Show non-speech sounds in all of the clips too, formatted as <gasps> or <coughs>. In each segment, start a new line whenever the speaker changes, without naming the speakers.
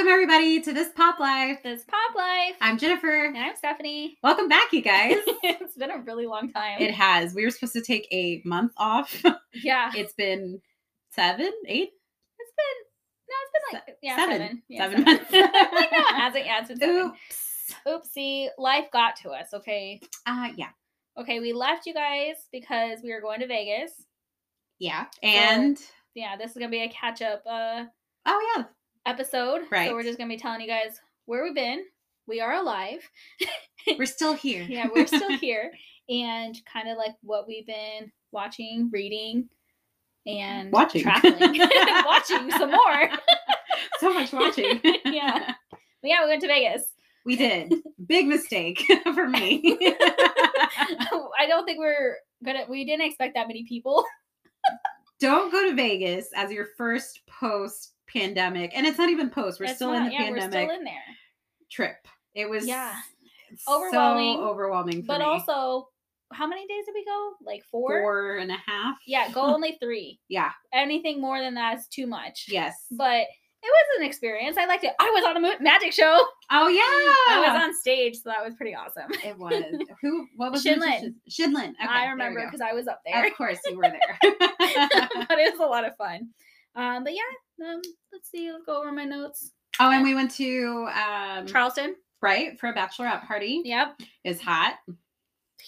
everybody to this pop life.
This Pop Life.
I'm Jennifer.
and I'm Stephanie.
<laughs> Welcome back, you guys.
<laughs> it's been a really long time.
It has. We were supposed to take a month off.
<laughs> yeah.
It's been seven, eight.
It's been no, it's been like yeah,
seven.
seven. Yeah,
Seven
<laughs>
months.
like, no, it hasn't. Yeah, it's been seven.
Oops.
Oopsie. Life got to us. Okay.
Uh, yeah,
Okay, we left you guys because we were going to Vegas.
yeah, and
Yeah, this is gonna be a catch up uh
oh yeah,
episode.
Right.
So we're just gonna be telling you guys where we've been. We are alive.
we're still here.
<laughs> Yeah,
<laughs>
we're still here. And kind of like what we've been watching, reading, and
Watching. <laughs>
traveling. <laughs> watching some more. <laughs>
so much watching. <laughs>
Yeah. But yeah, we went to Vegas. <laughs>
we did. Big mistake <laughs> for me.
I don't think we're gonna we didn't expect that many people.
Don't go to Vegas as your first post pandemic, and it's not even post. We're
It's
still in
not-
the
yeah,
pandemic
We're still in there.
trip. It was
Yeah.
so
Overwhelming,
overwhelming. For
But
me.
also, how many days did we go? Like four?
four and a half.
Yeah,
<laughs>
go only three.
Yeah.
Anything more than that is too much.
Yes.
But it was an experience. I liked it. I was on a mo- magic show. <laughs>
oh
I was
yeah.
on stage, so that was pretty awesome.
It was who? What was the
Shinlin.
magician's- Shinlin. Okay, there
I
we
remember
go.
because I was up there.
Of course, you were there.
<laughs>
<laughs>
but it was a lot of fun. Um, but yeah, um, let's see. Let's go over my notes.
oh, and we went to um,
Charleston.
right for a bachelorette party.
Yep.
It was hot.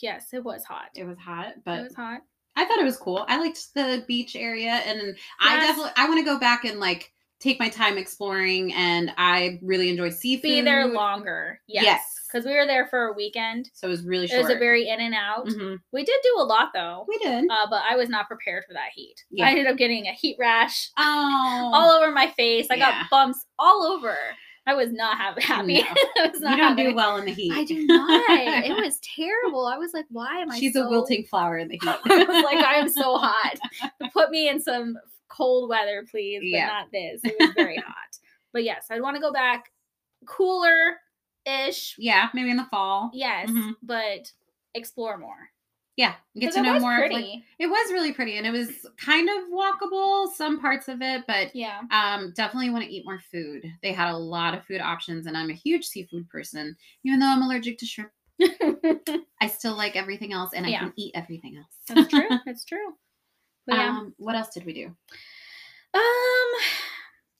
Yes, it was hot. It
It was hot, but
was hot.
I thought it was cool. I liked the beach area, and I
Yes.
definitely I want to go back and like take my time exploring. And I really enjoy seafood.
Be there longer. Yes.
Yes.
Because we were there for a weekend.
so it was really
It
short.
was a very in and out.
Mhm.
We did do a lot though,
We did.
uh, but I was not prepared for that heat.
Yeah.
I ended up getting a heat rash
Oh,
all over my face. I
Yeah.
got bumps all over. I was not ha- happy.
No.
<laughs> I was not
you don't
happy.
do well in the heat.
I do
<laughs>
not. It was terrible. I was like, why am I?
She's
so...
a wilting flower in the heat.
<laughs> I was like, I am so hot. Put me in some cold weather, please, but
Yeah.
not this. It was very hot. But yes, I'd want to go back cooler ish.
<laughs> yeah, maybe in the fall.
Yes,
Mhm.
but explore more.
Yeah, get
'Cause
to
it
know
was
more. of, like-
Pretty.
it was really pretty, and it was kind of walkable. Some parts of it, but
yeah.
<laughs> Um, definitely want to eat more food. They had a lot of food options, and I'm a huge seafood person. Even though I'm allergic to
<laughs>
shrimp, I still like everything else, and I
Yeah.
can eat everything else.
That's true. <laughs> That's true. But yeah.
Um, what else did we do?
Um,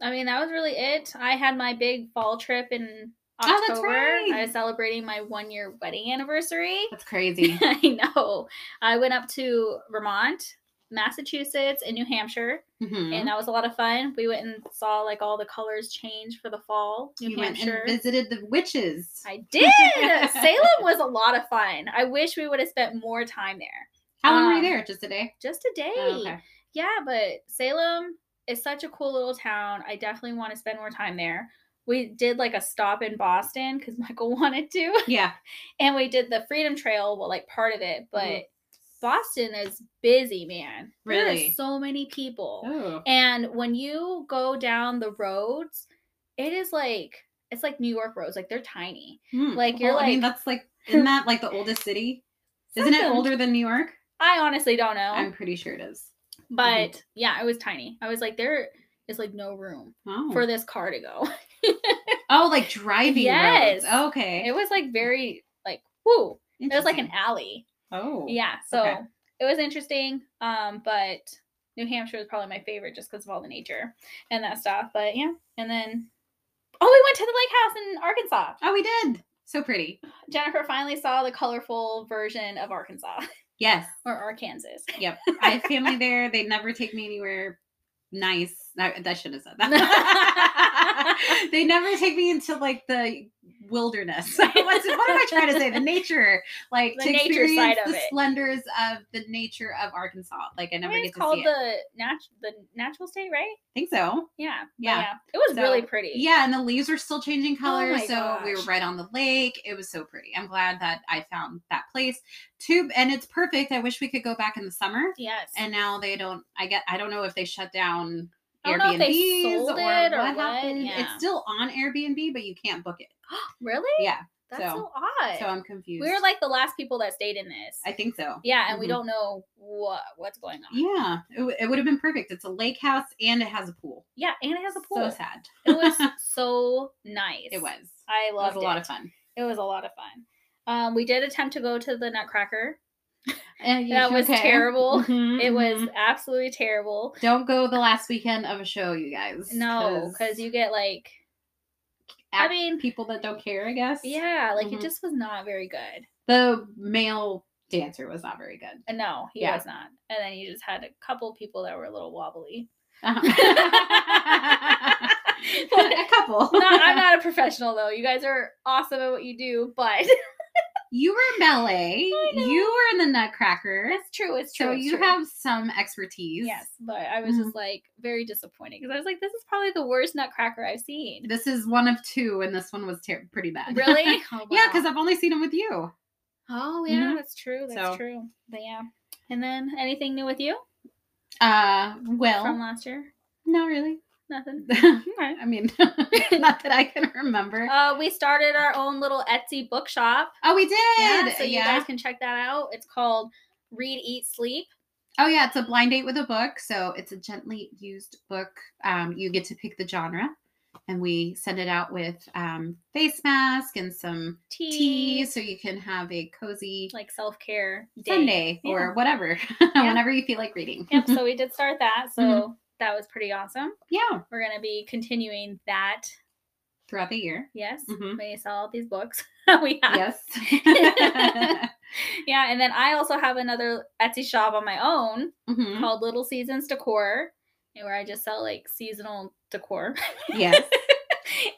I mean that was really it. I had my big fall trip in October.
Oh, that's right.
I was celebrating my one year wedding anniversary.
That's
<laughs>
crazy.
I know. I went up to Vermont, Massachusetts, and New Hampshire,
Mhm.
and that was a lot of fun. We went and saw like all the colors change for the fall. New
you went
Hampshire.
and visited the witches.
I
<laughs>
did. Salem was a lot of fun. I wish we would have spent more time there.
How long were you
um,
there? Just a day.
Just a day.
Oh, okay.
Yeah, but Salem is such a cool little town. I definitely want to spend more time there. We did like a stop in Boston because <laughs> Michael wanted to, <laughs>
Yeah.
and we did the Freedom Trail, well, like part of it. But
Mhm.
Boston is busy, man. There
Really?
are so many people.
Oh.
And when you go down the roads, it is like, it's like New York roads. Like they're tiny.
Hmm.
like, you're
I mean,
like-
that's like isn't that
<laughs>
like the oldest city? Isn't it
Something-
older than New York?
I honestly don't know.
I'm pretty sure it is.
but yeah, it was tiny. I was like, there is like no room
Oh,
for this car to go.
oh like driving
Yes.
roads. Okay.
It was like very like whoo. It was like an
Interesting.
alley.
oh
Yeah. So
okay.
it was interesting. Um, but New Hampshire was probably my favorite just because of all the nature and that stuff. But yeah. And then oh, we went to the lake house in Arkansas.
Oh, we did. So pretty.
Jennifer finally saw the colorful version of Arkansas <laughs>
Yes.
or Arkansas.
Yep. I have
<laughs>
family there. They never take me anywhere nice. I, that shouldn't have said
<laughs>
that. they never take me into like the wilderness. <laughs> What's, what am I trying to say? The nature, like
The
to
nature
experience
side of
the
it.
splendors of the nature of Arkansas. Like I
I
never get
think
to
it's
see
called
it.
the nat- the natural state, right?
I think so.
Yeah. but
Yeah.
It was
So,
really pretty.
Yeah, and the leaves were still changing colors.
Oh my
so we were
gosh.
right on the lake. It was so pretty. I'm glad that I found that place. Too, and it's perfect. I wish we could go back in the summer.
Yes.
and now they don't i get i don't know if they shut down
I don't know if
airbnb
they sold it or what,
happened
yeah.
it's still on airbnb but you can't book it
<gasps> really?
yeah
That's
So-
so, odd.
So I'm confused.
we were like the last people that stayed in this.
I think so.
yeah, and we
Mhm.
don't know what what's going on.
Yeah, it, w- it would have been perfect. It's a lake house and it has a pool.
Yeah, and it has a
So
pool.
sad. <laughs>
it was so nice.
It was.
I
It was
loved
a lot of fun.
It was a lot of fun. Um, we did attempt to go to the Nutcracker.
And
That
<laughs>
was terrible.
Mhm,
<laughs> It was
mhm.
absolutely terrible.
Don't go the last weekend of a show, you guys.
No, because you get like, I
act-
mean,
people that don't care, I guess.
yeah, like
Mhm.
it just was not very good.
The male dancer was not very
<laughs>
good.
And no, he
Yeah.
was not. And then you just had a couple people that were a little
<laughs>
wobbly.
Um, Uh-huh. a couple.
Not, I'm not a professional though. You guys are awesome at what you do, but
<laughs>
<laughs>
You were in ballet.
I know.
You were in the Nutcracker.
it's true. It's true.
So
it's
you
true.
have some expertise.
yes, mm-hmm. but I was just like very disappointed because I was like, this is probably the worst Nutcracker I've <laughs> seen.
This is one of two, and this one was ter- pretty bad. <laughs>
Really? <laughs> Oh,
yeah,
wow.
because I've only seen him with you.
Oh yeah,
Mhm.
that's true. That's
So-
true. But yeah. And then anything new with you
Uh, well,
from last year?
not really. <laughs>
Nothing. Okay.
I
<laughs>
mean, <laughs> not that I can remember.
Uh, we started our own little Etsy bookshop.
oh, we did.
Yeah,
Yeah.
so you guys can check that out. It's called Read, Eat, Sleep.
oh, yeah. It's a blind date with a book. So it's a gently used book. Um, you get to pick the genre, and we send it out with um, face mask and some
Tea,
tea, so you can have a cozy
like self care day.
Sunday
Yeah.
or whatever, <laughs> whenever you feel like reading.
Yep. So we did start that. So
Mhm.
that was pretty awesome.
yeah,
We're gonna be continuing that.
throughout the year.
Yes.
Mhm.
When you sell all these books <laughs> we have.
Yes.
<laughs>
<laughs>
Yeah. And then I also have another Etsy shop on my own.
Mhm.
called Little Seasons Decor, and where I just sell like seasonal decor. <laughs>
Yes.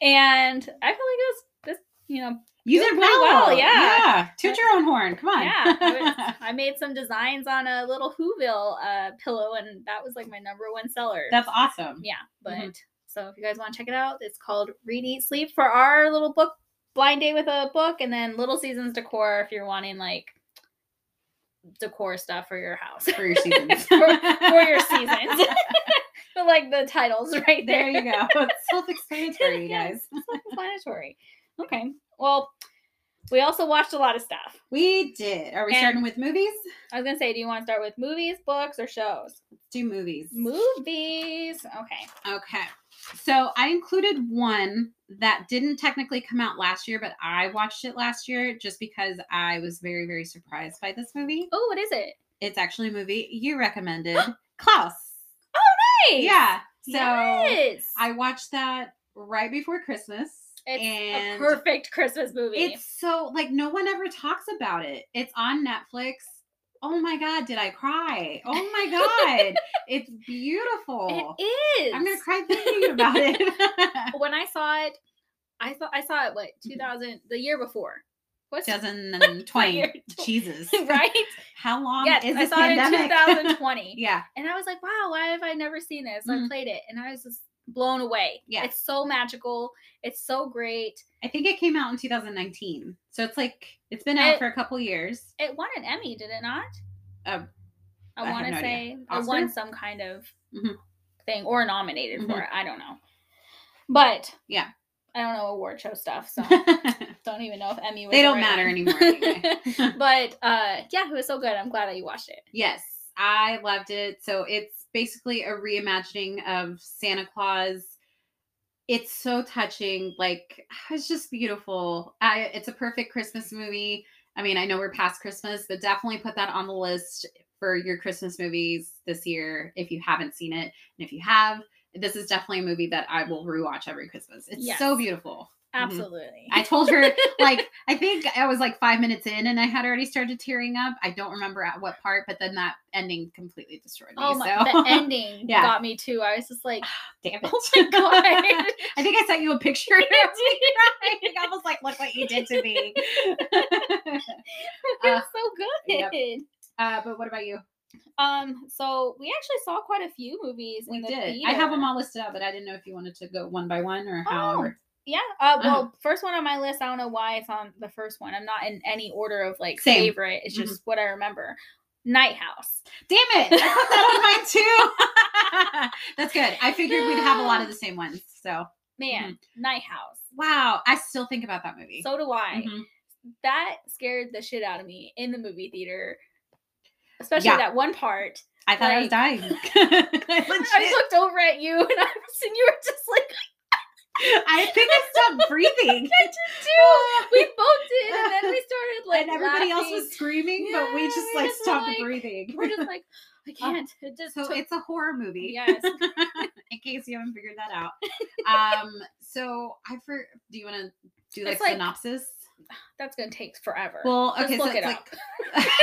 and I feel like it was this, you know,
You
Doing
did
pretty
well.
well, yeah.
Yeah. Toot your own horn. Come on.
yeah. I, was- I made some designs on a little Whoville uh, pillow, and that was like my number one seller.
That's awesome.
yeah, but
Mhm.
so if you guys want to check it out, it's called Read Eat Sleep for our little book blind date with a book, and then Little Seasons Decor if you're wanting like decor stuff for your house. <laughs>
For your seasons.
For- for your seasons. <laughs> but like the titles right
<laughs> there you
<laughs>
go. It's self-explanatory, you
Yeah.
guys.
explanatory. Okay. Well, we also watched a lot of stuff.
We did. Are we
And-
starting with movies?
I was gonna say, do you want to start with movies, books, or shows?
Let's do movies.
Movies. Okay.
Okay. So I included one that didn't technically come out last year, but I watched it last year just because I was very, very surprised by this movie.
Oh, what is it?
It's actually a movie you
<gasps>
recommended, Klaus.
Hey.
Yeah. So
yes.
I watched that right before Christmas.
it's
and
a perfect Christmas movie.
It's so like no one ever talks about it. It's on Netflix. Oh my god, did I cry? Oh my
<laughs>
god, it's beautiful.
It is.
I'm gonna cry thinking about
<laughs>
it. <laughs>
When I saw it, I thought I saw it what
Mm-hmm.
2000 the year before. What's
2020. Jesus,
<laughs> right?
<laughs> how long
yes,
Um, is
I
this
saw
pandemic? <laughs>
it in 2020.
yeah,
And I was like, wow, why have I never seen this? So I
Mhm.
played it and I was just blown away.
Yeah.
It's so magical. It's so great.
I think it came out in 2019, so it's like it's been
It-
out for a couple years.
It won an Emmy, did it not?
Um, I
I
have
want to
no idea.
say it won
Oscar?
some kind of
Mhm.
thing or nominated for
Mhm.
it. I don't know. But
Yeah.
I don't know award show stuff.
<laughs>
So
they
don't even know if Emmy was the
don't
right
matter
one.
anymore. anyway. <laughs>
But uh, yeah, it was so good. I'm glad that you watched it.
Yes, I loved it. So it's basically a reimagining of Santa Claus. It's so touching. Like <sighs> it's just beautiful. I, it's a perfect Christmas movie. I mean, I know we're past Christmas, but definitely put that on the list for your Christmas movies this year if you haven't seen it. And if you have, this is definitely a movie that I will rewatch every Christmas. It's so
Yes.
beautiful. Mhm.
Absolutely.
I told her
<laughs>
like I think I was like five minutes in and I had already started tearing up. I don't remember at what part, but then that ending completely destroyed me.
Oh my!
so <laughs>
The ending
Yeah.
got me too. I was just like, <laughs>
damn it.
oh my god!
<laughs> I think I sent you a picture. of me <laughs> crying. I was like, look what you did to
<laughs>
me.
It
Uh,
was so good.
Uh, but what about you?
Um, so we actually saw quite a few movies. in
We
the
did.
Theater.
I have them all listed out, but I didn't know if you wanted to go one by one or
Oh.
however.
Yeah.
Uh-huh.
Uh, well, first one on my list. I don't know why it's on the first one. I'm not in any order of like
Same. Mm-hmm.
favorite. It's just what I remember. Night House.
Damn it! I put that on mine too. <laughs> That's good. I figured we'd have a lot of the same ones. So Mm-hmm.
Man, Night House.
wow, I still think about that movie.
So do I.
Mhm.
that scared the shit out of me in the movie theater. Especially
Yeah.
that one part. <laughs>
I thought I was
Like-
dying. I
I
legit-
looked over at you <laughs> and I was and you were just like
<laughs> I think I stopped breathing.
I
<laughs>
did too. We both did, and then we started <laughs> like
and everybody else
laughing.
was screaming, but we
Yeah,
just
we
like
just were
stopped
like-
breathing. <laughs>
We're just like, I can't. It just
Oh, so
took-
it's a horror movie. <laughs>
yes.
In case you haven't figured that
<laughs>
out. Um, so I for do you want to do like
It's like-
synopsis?
That's gonna take forever.
Well,
Let's
okay, so
look
it's
it
like
up. <laughs>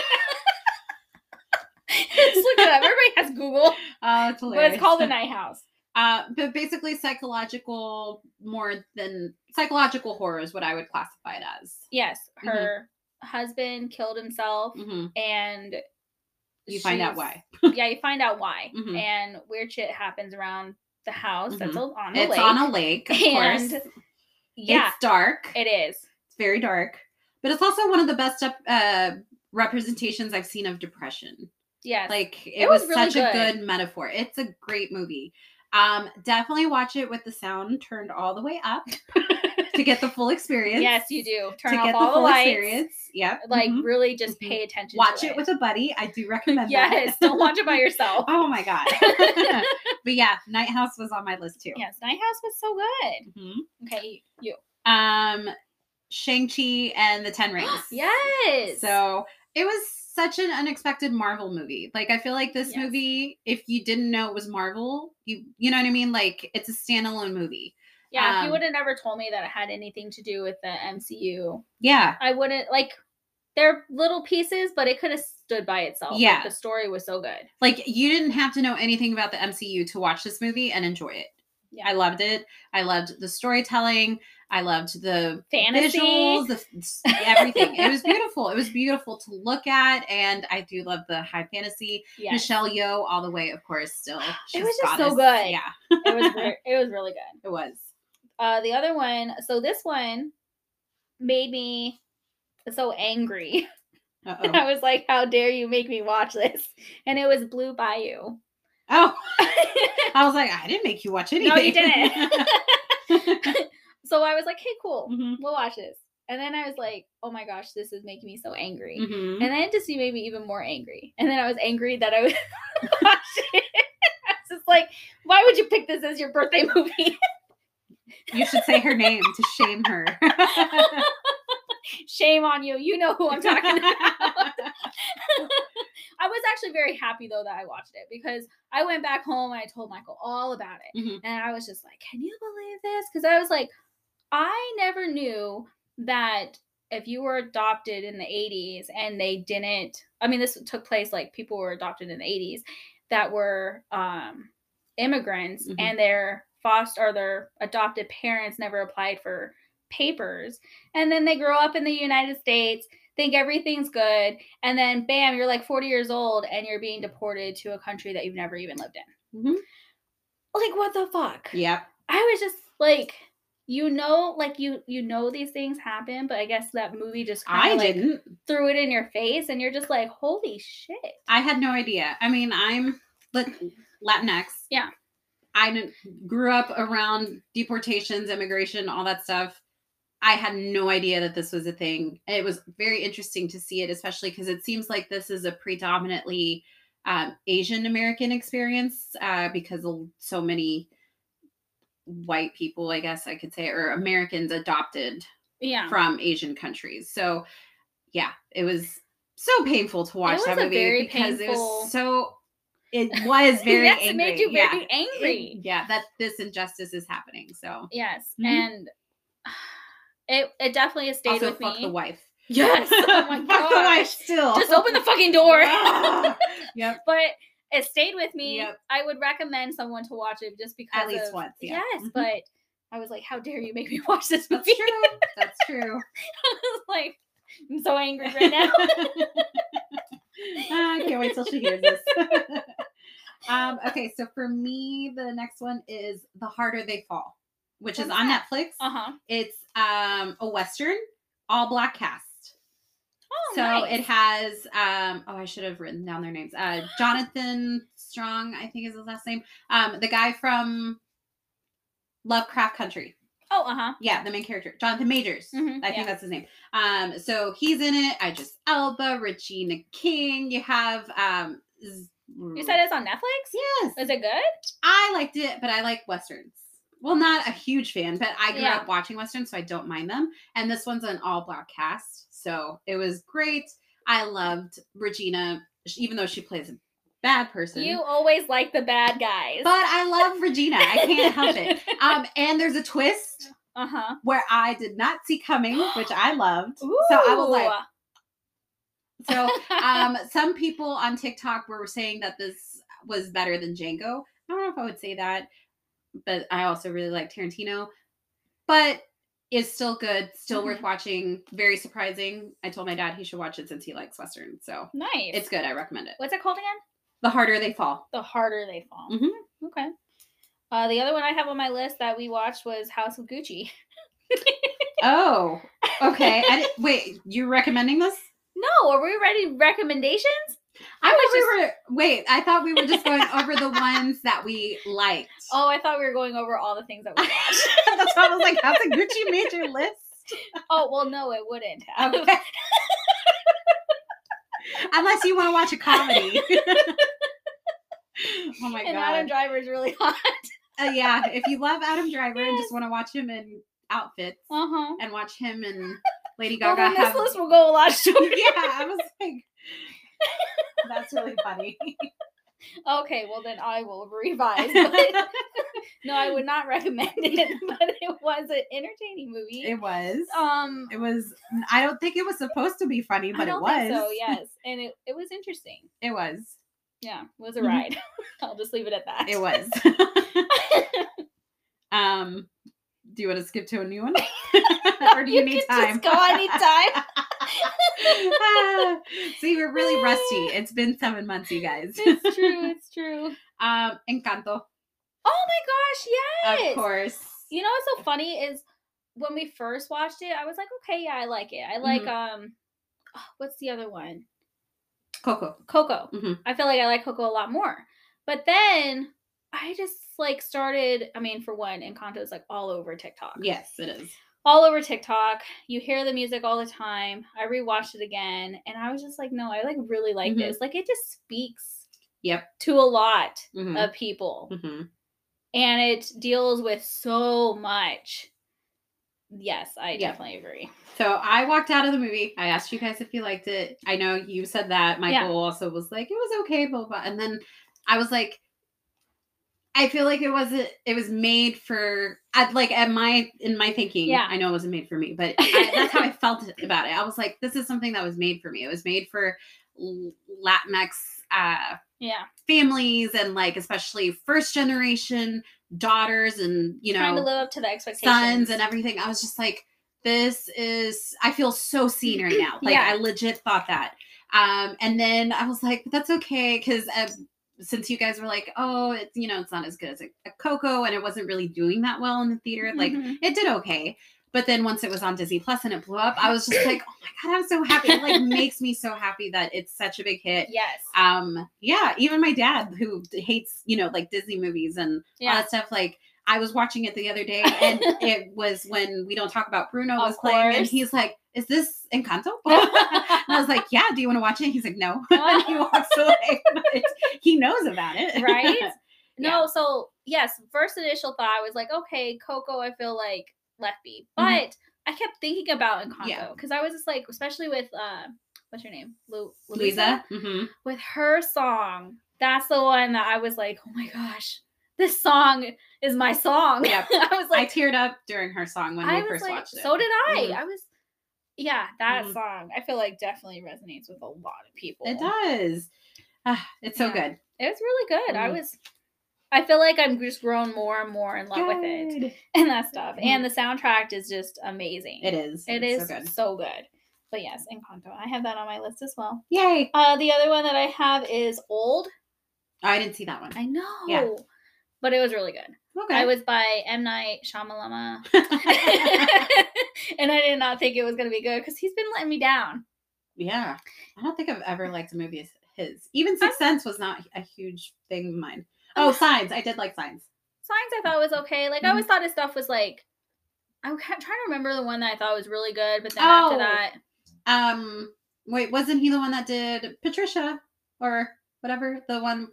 Let's look it up. Everybody has Google,
oh, it's hilarious.
but it's called the Night House.
Uh, but basically psychological more than psychological horror is what I would classify it as. <laughs>
Yes,
Mhm.
her husband killed himself,
hmm
and
You find out
she's-
why. <laughs>
yeah, you find out why,
Mhm.
and weird shit happens around the house that's on the
Mm-hmm. It's
lake.
on a lake, of
<laughs> and
course.
yeah,
It's dark.
it is.
It's very dark, but it's also one of the best up, uh, representations I've seen of depression.
Yes,
Like it,
It
was,
was really
such a
good.
good metaphor. It's a great movie. Um, definitely watch it with the sound turned all the way
<laughs>
up to get the full experience.
yes, you do.
To
Turn off
get
all
the
the,
full
lights.
experience. Yep.
Like
mhm.
really, just
Mhm.
pay attention.
watch
to
it with a buddy. I
<laughs>
do recommend that. <laughs>
yes. Don't watch it by yourself.
Oh my
<laughs>
god. <laughs> but yeah, Night House was on my list too.
Yes, Night House was so good.
Mhm.
Okay,
<gasps>
you.
Um, Shang Chi and the
<gasps>
Ten Rings.
Yes.
So it was such an unexpected Marvel movie. Like I feel like this
Yes.
movie, if you didn't know it was Marvel, you you know what I mean? Like it's a standalone movie.
yeah, if
um,
you would have never told me that it had anything to do with the MCU,
Yeah.
I wouldn't like. They're little pieces, but it could have stood by itself. Like,
Yeah.
the story was so good.
Like you didn't have to know anything about the MCU to watch this movie and enjoy it.
Yeah.
I loved it. I loved the storytelling. I loved the
Fantasy.
visuals, the, s- everything. it
<laughs>
was beautiful. It was beautiful to look at, and I do love the high fantasy. <laughs>
Yeah,
Michelle Yeoh, all the way, of course.
<gasps>
Still, she's
was just
goddess.
so good.
Yeah,
it was re- it was really good.
it was.
Uh, the other one, so this one made me so angry. <laughs>
Uh
And I was like, "How dare you make me watch this?" And it was Blue Bayou. <laughs>
Oh, I was like, I didn't make you watch anything.
No,
<laughs>
you didn't. Mm-hmm. so I was like, "Hey, cool,
Mhm,
we'll watch this." And then I was like, "Oh my gosh, this is making me so angry."
mhm.
And then it just made me even more angry. And then I was angry that I was <laughs> watching <laughs> it. I was just like, "Why would you pick this as your birthday movie?" <laughs>
You should say her name to shame her.
Shame on you. You know who Oh, I'm talking about. I was actually very happy though that I watched it because I went back home and I told Michael all about it.
Mhm.
And I was just like, can you believe this? Because I was like, I never knew that if you were adopted in the 80s and they didn't, I mean, this took place like people were adopted in the 80s that were um, immigrants
Mhm.
and their foster or their adopted parents never applied for papers. And then they grow up in the United States, think everything's good. And then bam, you're like 40 years old and you're being deported to a country that you've never even lived in.
Mhm.
Like, what the fuck?
<laughs> Yep.
I was just like, you know, like you you know these things happen, but I guess that movie just
I
kind of like
didn't.
threw it in your face, and you're just like, holy shit.
I had no idea. I mean, I'm Lat- Latinx.
Yeah.
I didn't, grew up around deportations, immigration, all that stuff. I had no idea that this was a thing. It was very interesting to see it, especially because it seems like this is a predominantly um, Asian American experience uh, because of so many white people, I guess I could say, or Americans adopted
Yeah,
from Asian countries. So, yeah, it was so painful to watch
was
that
a
movie
very
because it
painful-
was so. It
<laughs>
was very
yes,
angry.
it made you
yeah.
very angry.
It- yeah, that this injustice is happening. So
Yes,
Mhm.
and <sighs> it it definitely stayed
also
with
fuck
me.
the wife.
<laughs>
<laughs>
Yes, oh my
fuck the wife.
gosh.
Still,
Just open the fucking door.
Ah,
<laughs>
yep.
but it stayed with me.
Yep.
I would recommend someone to watch it just because
At least
of-
once, yeah.
Yes,
Mhm.
but I was like, how dare you make me <laughs> watch this
That's
movie?
true. That's true.
I was like, I'm so angry
<laughs>
right now.
Ah, I can't wait till she hears this. <laughs> um, okay, so for me, the next one is The Harder They Fall, which is
What's
on
that?
Netflix.
Uh huh.
It's um a western, all black cast.
Oh,
so
nice.
it has um oh I should have written down their names.
<gasps>
Uh Jonathan Strong, I think is his last name. Um the guy from Lovecraft Country.
Oh, uh huh.
Yeah, the main character, Jonathan Majors.
Mhm,
I
yeah.
think that's his name. Um, so he's in it. I just Elba, Regina King. You have um. Z-
You said it's on Netflix.
yes.
Is it good?
I liked it, but I like westerns. Well, not a huge fan, but I grew
Yeah.
up watching westerns, so I don't mind them. And this one's an all black cast, so it was great. I loved Regina, sh- even though she plays a bad person.
You always like the bad guys.
but I love Regina. I can't help it.
<laughs>
Um, and there's a twist
Uh huh.
where I did not see coming, which I loved. So I was like, so um, some people on TikTok were saying that this was better than Django. I don't know if I would say that, but I also really like Tarantino. But it's still good, still worth
Mhm.
watching. Very surprising. I told my dad he should watch it since he likes Western. So
<laughs> nice.
it's good. I recommend it.
What's it called again?
The harder they fall.
The harder they fall.
Mhm.
Okay. Uh, the other one I have on my list that we watched was House of Gucci.
Oh, okay.
<laughs>
I didn't, wait, you're recommending this?
No, are we ready? Recommendations?
I
I was
thought we were. Wait, I thought we were just going over the ones that we liked.
<laughs> Oh, I thought we were going over all the things that we watched.
<laughs> That's why I was like, "How's a Gucci
<laughs>
major list?"
oh, well, no, it wouldn't have. <laughs>
Okay. <laughs> Unless you want to watch a comedy. <laughs> oh my
and
god.
Adam Driver's really
<laughs>
hot.
Uh, yeah, if you love Adam Driver and just want to watch him in outfits
Uh huh.
and watch him
<laughs>
and Lady
Well,
Gaga
then this
have
list will go a lot
<laughs>
shorter. <laughs>
Yeah, I was like that's really
<laughs>
funny.
Okay, well then I will revise.
<laughs>
but- <laughs> no, I would not recommend it, <laughs> but it was an entertaining movie.
it was.
um,
it was I don't think it was supposed to be funny,
I
but it
don't
was. <laughs>
think so. Yes, and it, it was interesting.
It was.
Yeah, it was a
Mhm.
ride. <laughs> I'll just leave it at that. <laughs>
It was. um do you want to skip to a new
<laughs>
one? or do you, need
can
time?
Just go anytime.
<laughs> Ah, See, we're really
<laughs>
rusty. It's been seven months, you guys.
it's true. It's true.
Um, Encanto,
Oh my gosh! Yes.
of course.
You know what's so funny is when we first watched it, I was like, okay, yeah, I like it. I like um, oh, what's the other one?
Coco.
Coco.
Mhm.
I feel like I like Coco a lot more. But then I just like started. I mean, for one, Encanto is like all over TikTok.
Yes, it is.
all over TikTok. You hear the music all the time. I rewatched it again and I was just like, no, I like really like
Mhm.
this. Like it just speaks
Yep.
to a lot
hmm
of people and it deals with so much. Yes, I
Yeah.
definitely agree.
So I walked out of the movie. I asked you guys if you liked it. I know you said that. Michael also was like, it was okay, blah, blah. And then I was like, I feel like it wasn't. It was made for. At like at my in my thinking.
Yeah.
I know it wasn't made for me,
<laughs>
but I, that's how I felt about it. I was like, this is something that was made for me. It was made for L- Latinx uh,
Yeah.
families and like especially first generation daughters and you
Trying to
know
live up to the expectations.
sons and everything. I was just like, this is I feel so seen right
<clears throat>
now. Like
Yeah.
I legit thought that. Um, and then I was like, but that's okay because since you guys were like, oh, it's you know, it's not as good as a, a Coco, and it wasn't really doing that well in the theater. Like
Mhm.
it did okay. But then once it was on Disney Plus and it blew up, I was just like, oh my god, I'm so happy. It
<laughs>
like makes me so happy that it's such a big hit.
yes.
Um, yeah, even my dad who hates, you know, like Disney movies and all <laughs>
Yeah.
that stuff. Like I was watching it the other day, and
<laughs>
it was when we don't talk about Bruno
Of
was playing, and
course.
he's like, "Is this
<laughs>
Encanto?" and I was like, "Yeah." Do you want to watch it? He's like, "No," <laughs> and he
<laughs>
walks away. But he knows about it,
Right?
<laughs> Yeah.
No, so yes, first initial thought I was like, okay, Coco, I feel like left me. But
Mhm.
I kept thinking about
Yeah.
Encanto because I was just like, especially with uh, what's her name, Lu-
Louisa. hmm
with her song. That's the one that I was like, oh my gosh, this song is my
<laughs>
song.
Yep.
Oh, I was
I
like,
teared up during her song when
I,
we
was
first
like,
watched it.
so did I.
Mhm.
I was, yeah, that
Mhm.
song I feel like definitely resonates with a lot of people.
it does. Ah, it's so
Yeah.
good.
It was really good. I
Mhm.
was. I feel like I'm just grown more and more in love with it
Good.
<laughs> and that stuff. And the soundtrack is just amazing.
Mm-hmm. It is.
It
It's
is
so
so
good.
good. But yes, Encanto. I have that on my list as well.
Yay!
Uh, the other one that I have is Old.
Oh, I didn't see that one.
I know, but it was really good.
Okay.
I was by M Night Shyamalama,
<laughs>
<laughs> and I did not think it was gonna be good because he's been letting me down.
Yeah. I don't think I've ever liked a movie as his. Even Sixth Sense was not a huge thing of mine. Oh,
Oh.
Signs. I did like Signs. Mm-hmm.
Signs I thought was okay. Like I always thought his stuff was like I'm ca- trying to remember the one that I thought was really good, but then
Oh.
after that,
Um, wait, wasn't he the one that did Patricia or whatever? The one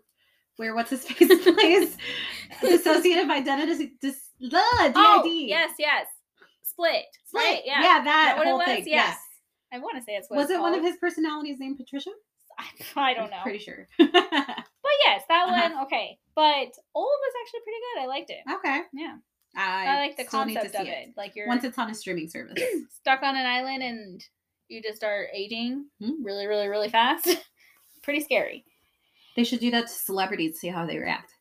where what's his <laughs>
<laughs>
face plays dissociative identity dis, the DID.
oh yes, yes, split, split,
Right,
yeah.
yeah, that,
what it
whole
was?
thing.
Yeah.
Yes.
I want to say it's what
Was
it's
it one of
called.
his personalities named Patricia?
<laughs> I, I don't
I'm
know,
Pretty sure.
but yes, that
Uh-huh.
one okay. But all was actually pretty good. I liked it.
okay.
Yeah,
I,
I, like the
still need to
concept of
see
it. Like you're
Once it's on a streaming
<clears throat>
service.
stuck on an island and you just start aging
Hmm.
really, really, really fast. <laughs> pretty scary. <laughs>
they should do that to celebrities to see how they react.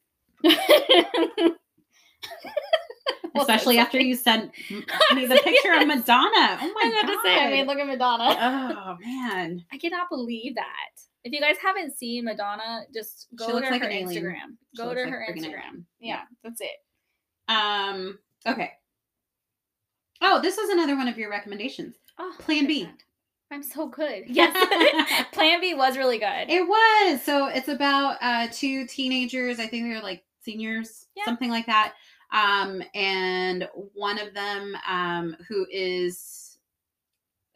Well, so
Especially after you
<laughs>
sent m- me the picture of Madonna. Oh my
I was about
god.
to say, I mean, look at Madonna. <laughs>
oh man.
I cannot believe that. If you guys haven't seen Madonna, just
She
go
looks
to
like
her
an alien.
Instagram.
She
Go
looks
to
like
her
friggin'
Instagram.
alien.
Yeah, that's it.
Um. Okay. Oh, this was another one of your
<laughs>
recommendations.
Oh,
Plan
look at
B.
that. I'm
<laughs>
so good. Yes. <laughs> Plan B was really good.
It was so. It's about uh two teenagers. I think they're like seniors,
Yeah.
something like that. Um, and one of them, um, who is,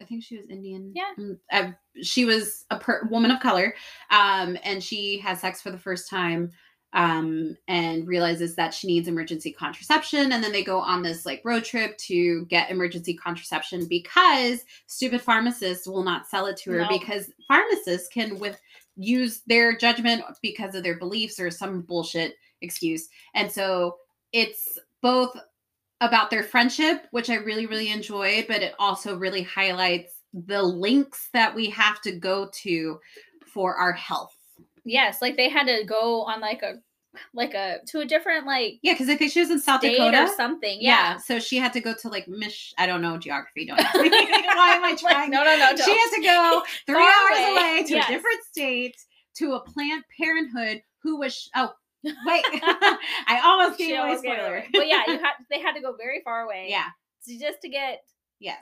I think she was Indian.
Yeah.
Mm, uh, she was a per- woman of color. Um, and she has sex for the first time. Um, and realizes that she needs emergency contraception. And then they go on this like road trip to get emergency contraception because stupid pharmacists will not sell it to her
No.
because pharmacists can with use their judgment because of their beliefs or some bullshit excuse. And so it's both about their friendship, which I really, really enjoyed, but it also really highlights the links that we have to go to for our health.
yes, like they had to go on like a like a to a different like
Yeah, because I think she was in South
date
Dakota.
or something.
Yeah.
Yeah.
so she had to go to like Mish. I don't know geography.
<laughs>
Don't ask me. <laughs> Why am I
Like,
trying?
no, no, no.
She
don't.
has to
<laughs>
go three
Far
hours
away.
away to
Yes.
a different state to a Planned Parenthood who was sh-
<laughs>
oh wait, <laughs> I almost
She
gave away
almost gave it
spoiler.
away. But yeah,
<laughs>
you had they had to go very far away.
yeah,
to- just to get
yes,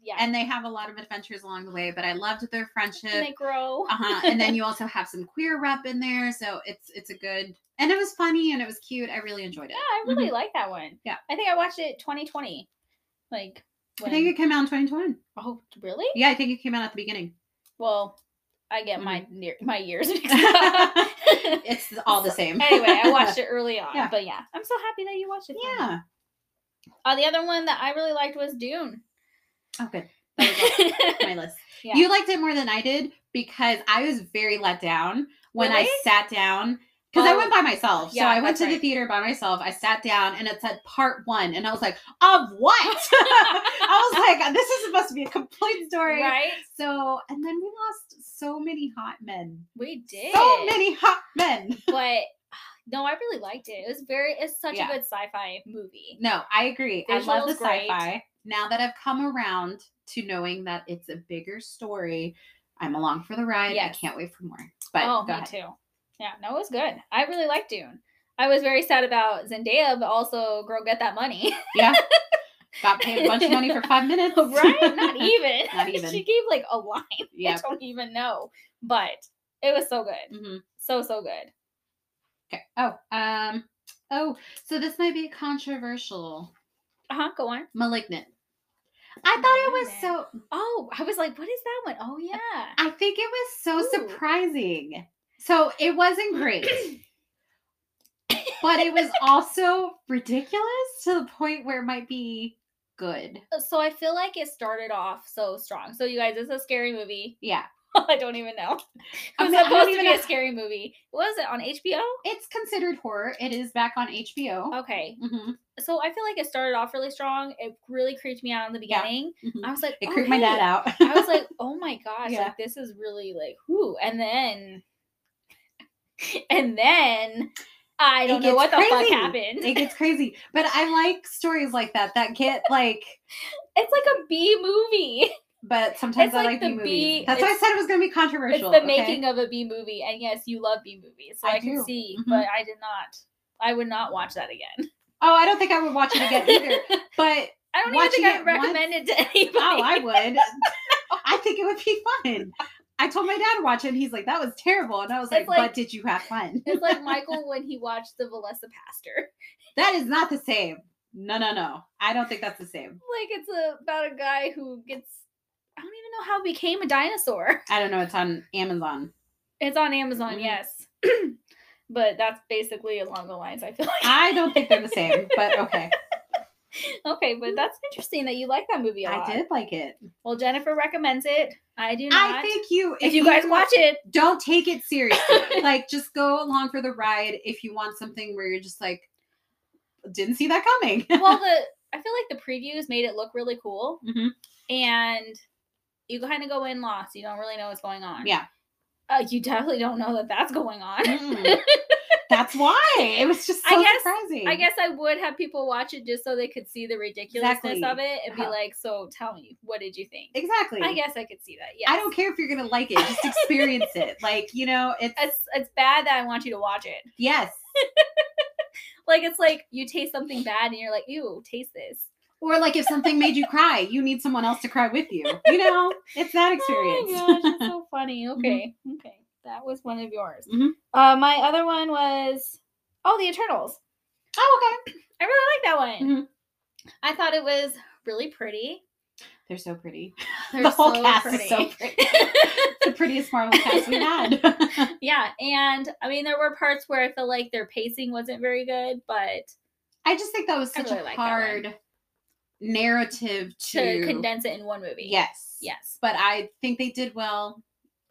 yeah.
and they have a lot of adventures along the way. But I loved their
and
friendship.
they grow.
Uh-huh. and then you also have some queer rep in there, so it's it's a good and it was funny and it was cute. I really enjoyed it.
Yeah, I really like that one.
mm-hmm. Yeah.
I think I watched it 2020. Like,
I
when,
think it came out in 2020.
oh, really?
Yeah, I think it came out at the beginning.
Well, I get
Mhm.
my near, my
<laughs>
years mixed up. <laughs>
It's all the same.
anyway, I watched it early on,
Yeah.
but yeah, I'm so happy that you watched it. Tanya.
Yeah.
Uh, the other one that I really liked
<laughs>
was Dune.
Oh, good. That was all-
<laughs>
my list.
Yeah.
You liked it more than I did because I was very let down when
Really?
I sat down. Because I
Oh,
went by myself.
yeah,
so I went
that's
to the
right.
theater by myself. I sat down and it said part one. And I was like, of what? <laughs> I
<laughs>
was like, this is supposed to be a complete story.
right?
So, and then we lost so many hot men.
We did.
So many hot men.
But <sighs> no, I really liked it. It was very, it's such
Yeah.
a good sci-fi movie.
No, I agree. I love
Visuals
the
great.
sci-fi. Now that I've come around to knowing that it's a bigger story, I'm along for the ride. I
Yes.
can't wait for more. But
oh,
go
me
ahead.
too. Yeah, no, it was good. I really liked Dune. I was very sad about Zendaya, but also, girl, get
<laughs>
that money. <laughs>
Yeah. Got paid a bunch of money for five minutes. <laughs>
right? Not even.
Not even.
<laughs> she gave like a line.
yeah.
<laughs> I don't even know. But it was so good.
hmm
So, so good.
Okay. Oh, um, oh, so this might be controversial.
Uh huh. Go on.
Malignant. I thought it was so
Malignant. Oh, I was like, what is that one? <laughs> Oh, yeah.
I think it was so
Ooh.
surprising. So it wasn't
<coughs>
great. but it was also ridiculous to the point where it might be good.
So I feel like it started off so strong. So, you guys, it's a scary movie. <laughs>
Yeah.
I don't even know. <laughs> It
I'm
was
not- I don't
supposed to
even
be a
know-
scary movie. Was it on HBO?
It's considered horror. It is back on HBO.
Okay.
Mhm,
So I feel like it started off really strong. It really creeped me out in the
Yeah.
beginning.
mhm.
I was like,
It
oh,
creeped my
hey.
dad out. <laughs>
I was <laughs> like, oh my gosh,
Yeah.
like this is really like whoo. And then <laughs> and then I
It
don't know
gets
what the fuck
crazy.
happened.
it gets crazy. But I like stories like that that get like.
it's like a B movie. <laughs>
But sometimes
It's
I like
like
B
the
movies.
B-
That's why I
it's-
said it was going to be
It's
controversial.
the
okay?
making of a B movie. And yes, you love B movies. So
I
I, can
do.
see,
Mhm.
but I did not I would not watch that again.
Oh, I don't think I would watch it again either.
<laughs>
But
I don't
Watching
even think I
it
would recommend it to <laughs> anybody.
oh, I
<laughs>
would. I think it would be fun. I told my dad to watch it, and he's like, "That was terrible," and I was like,
It's like-
"But did you have fun?" <laughs>
it's like Michael when he watched the Valesa Pastor.
that is not the same. No, no, no. I don't think that's the same.
<laughs> Like it's a, about a guy who gets I don't even know how he became a dinosaur. <laughs>
I don't know. It's on Amazon.
It's on Amazon,
Mhm.
yes. <clears throat> but that's basically along the lines I feel like.
I don't think they're the same, but okay.
<laughs> okay, but that's interesting that you like that movie a lot.
I did like it.
Well, Jennifer recommends it. I do not.
I think you
if, you guys watch it,
don't take it
<laughs>
seriously. like just go along for the ride if you want something where you're just like didn't see that coming.
well, the I feel like the previews made it look really cool,
Mhm.
and you kind of go in lost. You don't really know what's going on.
Yeah.
Uh, you definitely don't know that that's going on.
Mm-mm. That's why. It was just so
<laughs> I guess-
surprising.
I guess I would have people watch it just so they could see the ridiculousness of
Exactly.
it and be
Uh-huh.
like, "So tell me, what did you think?"
Exactly.
I guess I could see that. Yeah,
I don't care if you're gonna like it.
<laughs>
Just experience it. Like you know, it's
It's it's bad that I want you to watch it.
yes.
Like it's like you taste something bad and you're like, "Ew, taste this."
Or like if something made you cry, you need someone else to cry with you. You know, it's that experience.
<laughs>
Mm-hmm.
Oh my gosh,
<laughs>
that's so funny. Okay, okay, that was one of yours.
Mhm.
Uh, my other one was oh, the Eternals.
oh, okay.
I really like that one.
Mhm.
I thought it was really pretty.
<laughs> They're so pretty.
They're
the whole
so
cast
pretty.
is so pretty. <laughs> It's the prettiest Marvel cast we had.
<laughs>
<laughs>
yeah, and I mean, there were parts where I feel like their pacing wasn't very good, but
I just think that was
I
such
really
a
like that one.
hard narrative
to
to,
condense it in one movie.
Yes.
Yes.
But I think they did well.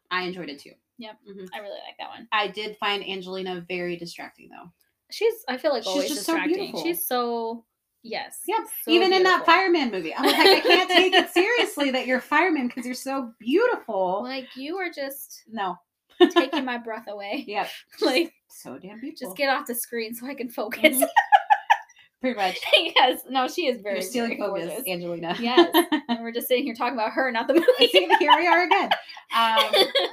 I enjoyed it too.
Yep.
Mhm.
I really like that one.
I did find Angelina very distracting though.
She's, I feel like
She's
always
just so
distracting.
beautiful.
She's so, yes.
Yep.
so
Even in that
beautiful.
fireman movie, I was like, I can't take
<laughs>
it seriously that you're a fireman because you're so beautiful.
Like, you are
<laughs>
just
No.
taking my breath away.
Yep.
<laughs> Like,
So damn beautiful.
just get off the screen so I can focus.
Mhm. Pretty much.
<laughs> yes. No, she is
<laughs>
very,
You're stealing
very
focus,
<laughs> gorgeous.
Angelina.
yes. And we're just sitting here talking about her,
<laughs>
not the
And
movie.
See, <laughs> here we are again.
<laughs>
Um,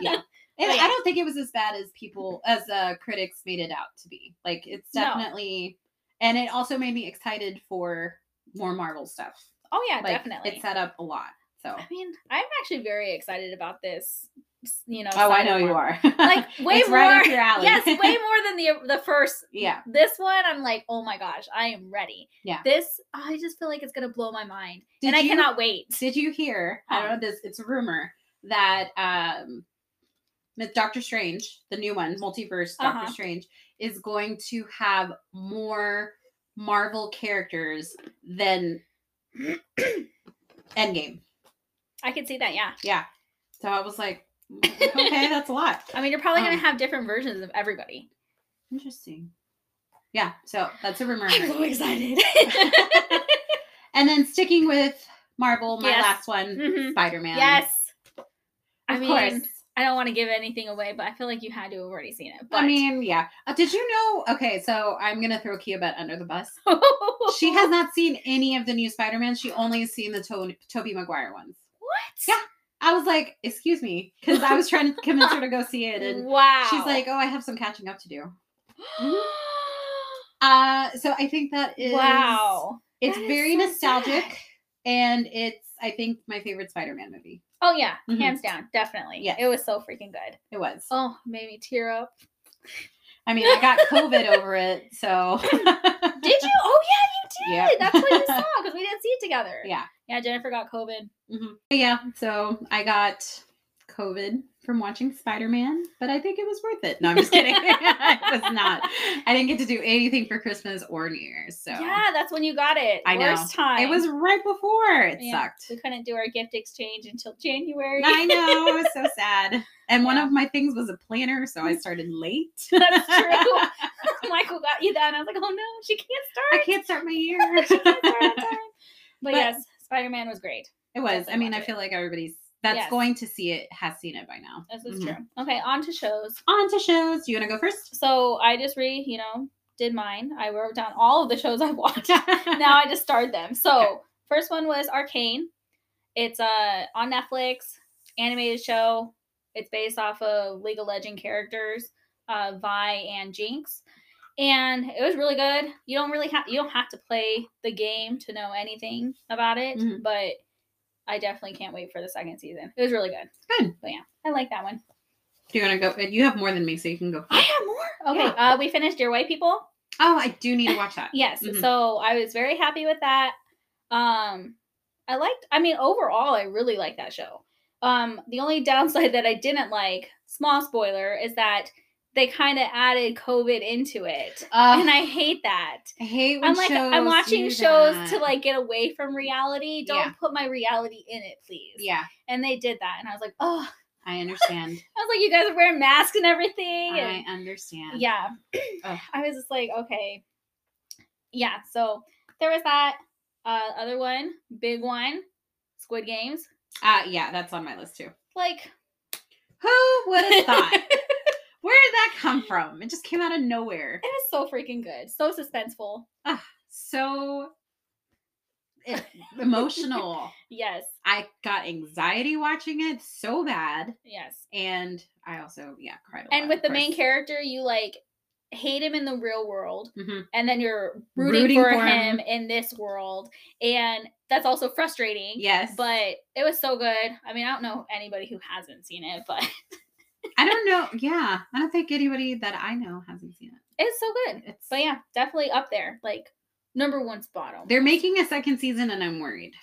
yeah. And
Oh, yeah.
I don't think it was as bad as people, as uh, critics made it out to be. Like, it's
No.
definitely, and it also made me excited for more Marvel stuff.
oh, yeah,
Like,
definitely.
It set up a lot.
<laughs>
So,
I mean, I'm actually very excited about this. s- You know.
oh, I
side
know
of
you
Marvel.
are. <laughs>
Like way
it's
more.
right up your alley. <laughs>
yes, way more than the the first.
yeah.
This one, I'm like, oh my gosh, I am ready.
Yeah.
This, I just feel like it's gonna blow my mind,
Did
and I
you-
cannot wait.
Did you hear? I don't know this. It's a rumor that um, Miss Doctor Strange, the new one, multiverse Doctor
Uh-huh.
Strange, is going to have more Marvel characters than <clears throat> Endgame.
I can see that. Yeah.
Yeah. So I was like, "Mm,
<laughs>
okay, that's a lot.
I mean, you're probably gonna
Um,
have different versions of everybody.
Interesting. Yeah. So that's a
<laughs>
rumor. I
I'm so
heard.
excited.
and then sticking with Marvel, my
Yes.
last one,
Mhm.
Spider Man.
yes. I
Of
mean,
course.
I don't want to give anything away, but I feel like you had to have already seen it. But
I
<laughs>
mean, yeah. Uh, did you know? Okay, so I'm gonna throw Kiabet under the bus. She
<laughs>
has not seen any of the new Spider-Man. She only has seen the to- Tobey Maguire ones.
what?
Yeah, I was like, "Excuse me," because I was trying to convince her to go see it, and
wow.
she's like, "Oh, I have some catching up to do."
<gasps>
Uh, so I think that is
wow.
It's
That is
very
so
nostalgic,
sad.
and it's I think my favorite Spider-Man movie.
Oh yeah,
Mhm.
hands down, definitely.
Yes.
it was so freaking good.
It was.
Oh, made me
<laughs>
tear up.
I mean, I got COVID over it, so
Did you? Oh yeah,
Yeah.
you did. That's what you saw because we didn't see it together.
yeah.
Yeah, Jennifer got COVID.
Mhm. But Yeah, so I got COVID from watching Spider Man, but I think it was worth it. No, I'm just kidding. <laughs> it was not. I didn't get to do anything for Christmas or New Year's. So
Yeah, that's when you got it.
I know.
Worst time.
it was right before. It
Yeah.
sucked.
We couldn't do our gift exchange until
<laughs>
January.
I know. It was so sad. And one
Yeah.
of my things was a planner, so I started late.
That's true. <laughs> Michael got you that, and I was like, oh no, she can't
I
start.
can't start my year.
<laughs> she can't start on time. But,
But-
yes, Spider Man was great.
it was. I mean, I
Definitely.
feel like everybody's that's
Yes.
going to see it has seen it by now.
This is
Mhm.
true. Okay, on to shows.
On to shows. You want to go first? <laughs>
So I just re, you know, did mine. I wrote down all of the shows I've <laughs> watched. now I just starred them. So
Okay.
first one was Arcane. It's uh on Netflix, animated show. It's based off of League of Legend characters, uh, Vi and Jinx, and it was really good. You don't really have you don't have to play the game to know anything about it,
Mhm.
but I definitely can't wait for the second season. It was really good.
Good.
But yeah, I like that one.
Do you want to go? You have more than me, so you can go.
<gasps> I have more. Okay, uh, we finished Dear White People.
Oh, I do need to watch that.
Yes.
Mhm.
So I was very happy with that. Um I liked I mean overall I really like that show. Um the only downside <laughs> that I didn't like, small spoiler, is that they kind of added COVID into it.
Uh,
and I hate that.
I hate when
I'm like
shows
I'm watching
do
shows to
that.
like get away from reality. Don't
Yeah.
put my reality in it, please.
Yeah,
And they did that and I was like, "Oh,
I understand.
<laughs> I was like you guys are wearing masks and everything." and- Oh.
I understand.
yeah
Ugh.
<clears throat> i was just like okay yeah so there was that uh other one big one squid games
Uh, yeah, that's on my list too.
like
Who would have
<laughs>
thought?
it
Where did that come from? It just came out of nowhere.
was so freaking good so suspenseful
So e-
<laughs>
emotional.
yes
I got anxiety watching it so bad.
yes
And I also, yeah, cried a lot.
and with the main character you like hate him in the real world
Mhm.
and then you're Mm-hmm. rooting,
Rooting
for,
for
him,
him.
in this world and that's also frustrating
Yes. But
but it was so good i mean i don't know anybody who hasn't seen it but <laughs>
I don't know. Yeah. I don't think anybody that I know hasn't seen it.
it's so good
It's
But yeah, definitely up there, like number one spot. almost.
they're making a second season and I'm worried.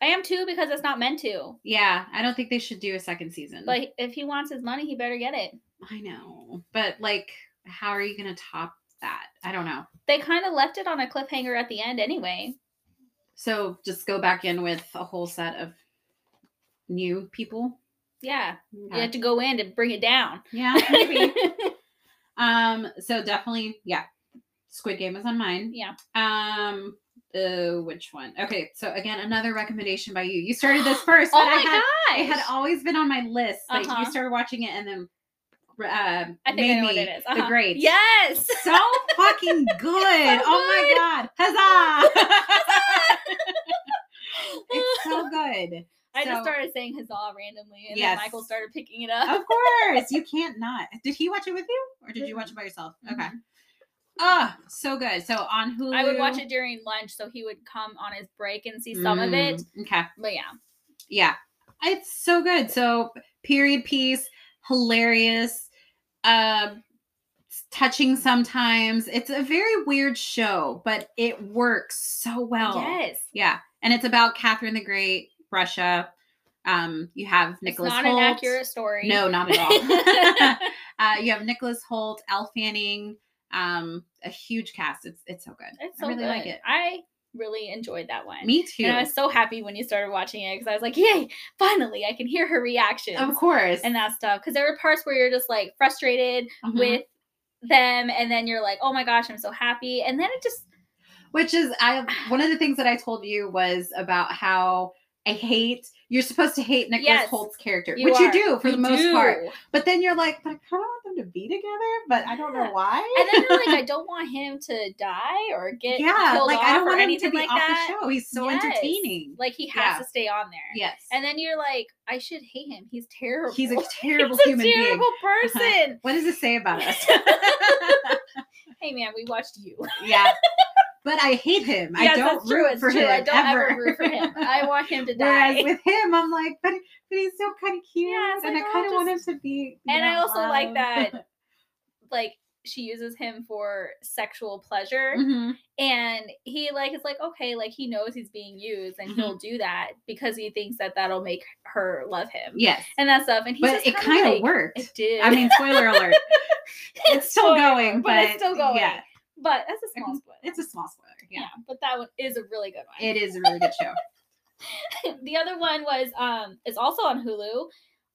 I am too because it's not meant
Mm.
to.
Yeah, I don't think they should do a second season.
But if he wants his money, he better get it.
I know. But like how are you going to top that? I don't know.
They kind of left it on a cliffhanger at the end anyway.
So just go back in with a whole set of new people.
Yeah, you
Yeah.
have to go in to bring it down.
Yeah,
<laughs>
maybe. um, so definitely, yeah. Squid Game is on mine.
Yeah.
Um, uh, which one? Okay, so again, another recommendation by you. You started
<gasps>
this first.
oh
but I
my
had,
gosh!
It had always been on my list. Like
Uh-huh.
you started watching it and then uh,
I think
made
I know
me
what it is.
the
Uh-huh.
grades.
Yes.
So
<laughs>
fucking good. Oh my god. Huzzah! it's so good.
I just
So-
started saying huzzah randomly, and
Yes.
then Michael started picking it up.
Of course, you can't not. Did he watch it with you, or did you watch it by yourself? Okay. Ah, so good. So on Hulu,
Mm-hmm. I would watch it during lunch, so he would come on his break and see some of it.
Mm, Okay,
But yeah,
yeah, it's so good. So period piece, hilarious, uh, s- touching sometimes. It's a very weird show, but it works so well.
yes,
Yeah, and it's about Catherine the Great, Russia. Um, you have Nicholas.
it's not
Holt.
an accurate story.
No, not at all.
<laughs>
<laughs> uh, you have Nicholas Holt, Elle Fanning, um, a huge cast. It's it's so good.
It's
I
so
really
good.
like it.
I really enjoyed that one.
Me too.
And I was so happy when you started watching it because I was like, yay, finally, I can hear her reaction
of course.
and that stuff. Because there were parts where you're just like frustrated
Mhm.
with them, and then you're like, oh my gosh, I'm so happy. And then it just,
which is I one of the things that I told you was about how I hate you're supposed to hate Nicholas
Yes,
Holt's character,
you
which
are.
you do for
you
the most
do.
part. But then you're like, but I kind of want them to be together, but I don't
Yeah.
know why.
And then you're
<laughs>
like, I don't want him to die or get
yeah,
killed
like
off
I don't
or
want him to
anything
be
like
off
that.
the show. He's so
Yes.
entertaining.
Like he has
Yeah.
to stay on there.
Yes,
And <laughs> then you're like, I should hate him. He's terrible. <laughs>
he's a terrible
He's a
human being. Uh-huh.
terrible person.
What does it say
<laughs>
about us?
Hey man, we watched you.
Yeah. But I hate him. I
Yes,
don't
that's true,
root
it's
for
true.
him.
I don't ever.
ever
root for
<laughs>
him. I want him to die.
Whereas with him, I'm like, but but he's so kind of cute,
Yeah, it's
and
like,
I
oh,
kind of want him to be. you
and I
know, um,
also like
loved. <laughs>
that, like she uses him for sexual pleasure,
Mhm.
and he like is like okay, like he knows he's being used, and
Mm-hmm.
he'll do that because he thinks that that'll make her love him,
Yes,
and that stuff. And he's
but
just
it
kind of like,
worked.
It did.
I mean, spoiler
<laughs>
alert. It's still
Spoiler,
going, but,
but it's still going.
Yeah,
but that's a small spoiler.
it's a small spoiler.
yeah.
Yeah,
but that one is a really good one.
it is a really good show.
<laughs> the other one was um is also on Hulu.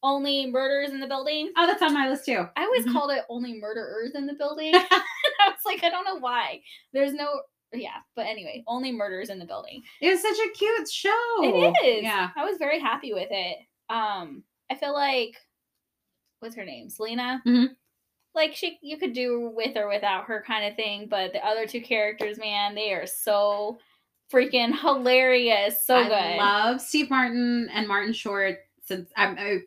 Only murders in the building.
Oh, that's on my list too.
I always
Mhm.
called it only murderers in
<laughs>
the building. <laughs> And I was like, I don't know why. There's no, yeah. But anyway, only murders in the building.
It was such a cute show.
It is.
Oh, Yeah.
I was very happy with it. Um, I feel like, what's her name, Selena?
Mhm.
Like she, you could do with or without her kind of thing. But the other two characters, man, they are so freaking hilarious. So
I
good.
love Steve Martin and Martin Short. Since I'm I,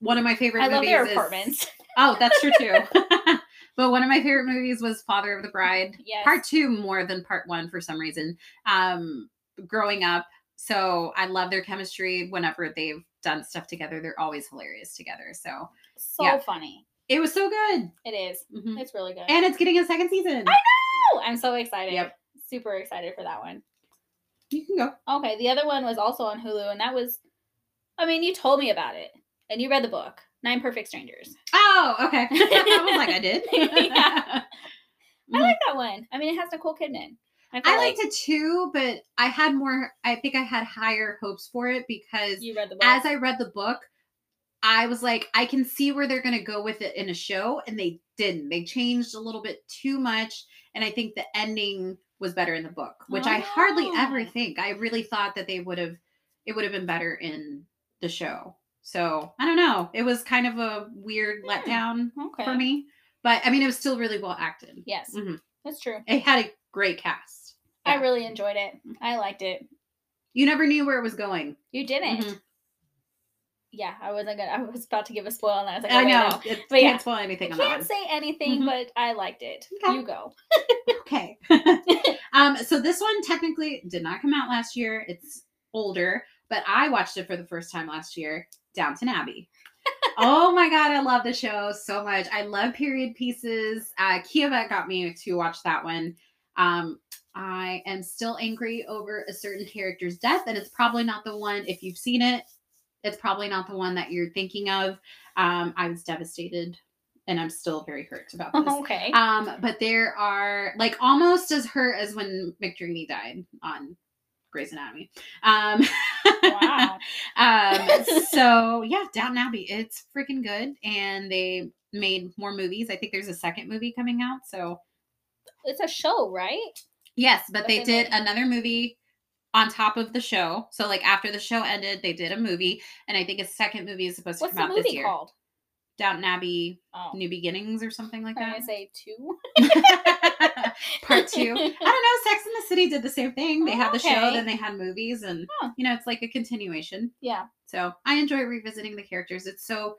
one of my favorite
I love
movies
their
is-
apartments. <laughs>
Oh, that's true too. <laughs> but one of my favorite movies was Father of the Bride.
yes.
Part two more than part one for some reason. Um, growing up, so I love their chemistry. Whenever they've done stuff together, they're always hilarious together. So
so
yeah.
funny.
it was so good,
It is.
Mhm.
It's really good.
and it's getting a second season. I
know. I'm so excited.
Yep.
Super excited for that one.
You can go.
Okay, the other one was also on Hulu, and that was, I mean, you told me about it, and you read the book, Nine Perfect Strangers.
Oh,
<laughs>
okay. I was like, I did. <laughs>
Yeah. I
Mhm.
like that one. I mean, it has Nicole Kidman. I, feel
I liked it too, but I had more. I think I had higher hopes for it because
You read the book.
as I read the book, I was like, I can see where they're going to go with it in a show, and they didn't. They changed a little bit too much, and I think the ending was better in the book, which I hardly ever
Oh.
think. I really thought that they would have, it would have been better in the show. So I don't know. It was kind of a weird
Hmm.
letdown
okay.
for me, but I mean, it was still really well acted.
Yes,
Mhm.
that's true.
It had a great cast.
I
Yeah.
really enjoyed it. I liked it.
You never knew where it was going.
You didn't.
Mhm.
Yeah, I wasn't gonna. I was about to give a spoil, and I was like, oh,
I
wait,
know.
no.
It
But yeah,
can't spoil anything
I
on that one.
can't say anything,
Mhm.
but I liked it.
Okay.
You go.
okay. <laughs> um, so this one technically did not come out last year. It's older, but I watched it for the first time last year, Downton Abbey. oh my god, I love the show so much. I love period pieces. Uh Kieva got me to watch that one. Um I am still angry over a certain character's death, and it's probably not the one if you've seen it. It's probably not the one that you're thinking of. Um, I was devastated, and I'm still very hurt about this.
okay.
<laughs> Um, but there are like almost as hurt as when McDreamy died on Grey's Anatomy. Um, <laughs>
wow.
um, so yeah, Downton Abbey, it's freaking good, and they made more movies. I think there's a second movie coming out. So
It's a show, right?
yes, but
But
they,
they
did
made-
another movie on top of the show. So like after the show ended, they did a movie, and I think a second movie is supposed
What's
to come
the
out this
movie
year.
called?
Downton Abbey:
Oh,
New Beginnings or something like
I'm
that. <laughs>
gonna say two.
Part two. I
<laughs>
don't know. Sex and the City did the same thing. They had the show,
Okay.
then they had movies, and
Huh.
you know, it's like a continuation.
yeah.
So I enjoy revisiting the characters. It's so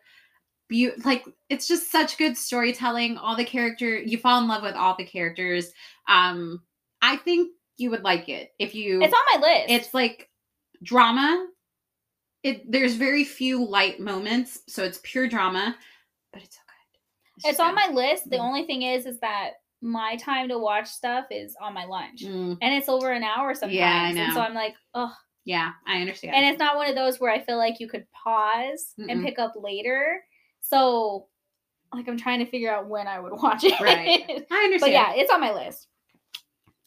beautiful. Like it's just such good storytelling. All the character you fall in love with all the characters. Um, I think you would like it if you.
It's on my list.
it's like drama. It there's very few light moments, so it's pure drama, but it's so good.
it's
just good.
on my list. The
Mhm.
only thing is, is that my time to watch stuff is on my lunch,
Mm,
and it's over an hour sometimes.
Yeah, I
And so
know.
I'm like, oh.
yeah, I understand.
And it's not one of those where I feel like you could pause and
Mm-mm.
pick up later. So, like, I'm trying to figure out when I would <laughs> watch it.
Right. I understand.
but yeah, it's on my list.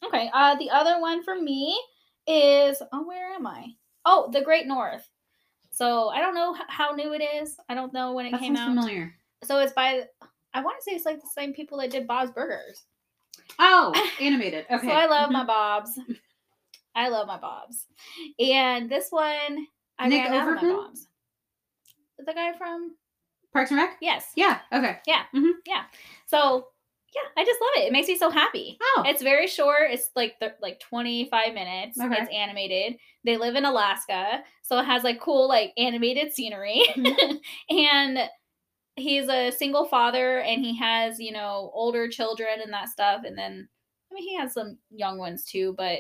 Okay. Uh, the other one for me is oh, where am I? Oh, The Great North. So I don't know h- how new it is. I don't know when it
that
came
sounds
out.
familiar.
So it's by I want to say it's like the same people that did Bob's Burgers.
Oh,
<laughs>
animated. Okay.
So I love
Mhm.
my Bob's. I love my Bob's. And this one, I
Nick
ran out of my
Offerman?
Bob's. The guy from
Parks and Rec.
yes,
Yeah. Okay.
so yeah, I just love it. It makes me so happy.
Oh,
It's very short. It's like th- like 25 minutes.
Okay.
It's animated. They live in Alaska, so it has like cool like animated scenery.
Mm-hmm.
<laughs> and he's a single father and he has, you know, older children and that stuff and then I mean he has some young ones too, but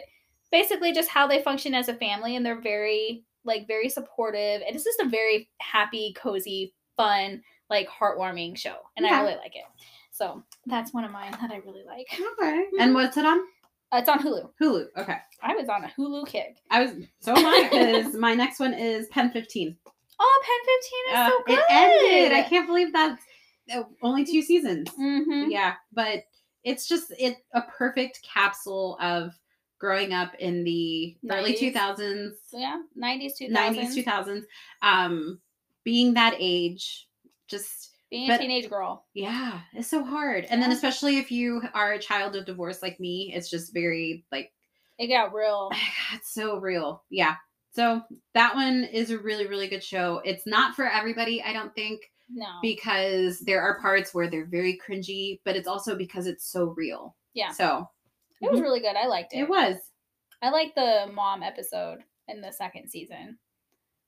basically just how they function as a family and they're very like very supportive and it's just a very happy, cozy, fun, like heartwarming show. And I
Yeah.
really like it. So, that's one of mine that I really like.
okay.
Mm-hmm.
And what's it on?
Uh, It's on Hulu.
Hulu. Okay.
I was on a Hulu kick.
I was so am I
<laughs>
because my next one is Pen Fifteen.
Oh, Pen 15 is
Uh,
so good.
It ended. I can't believe that's uh, only two seasons.
hmm
Yeah, but it's just it a perfect capsule of growing up in the early
90s.
two thousands,
So, yeah, 90s, 2000s.
nineties, two thousands, um, being that age, just
being a
but-
teenage girl.
Yeah, it's so hard. And then
Yeah.
especially if you are a child of divorce like me, it's just very like <sighs>
It got real.
it's so real. Yeah. So that one is a really really good show. It's not for everybody, I don't think,
No.
because there are parts where they're very cringy, but it's also because it's so real.
Yeah.
So
it was really good. I liked it.
it was.
I liked the mom episode in the second season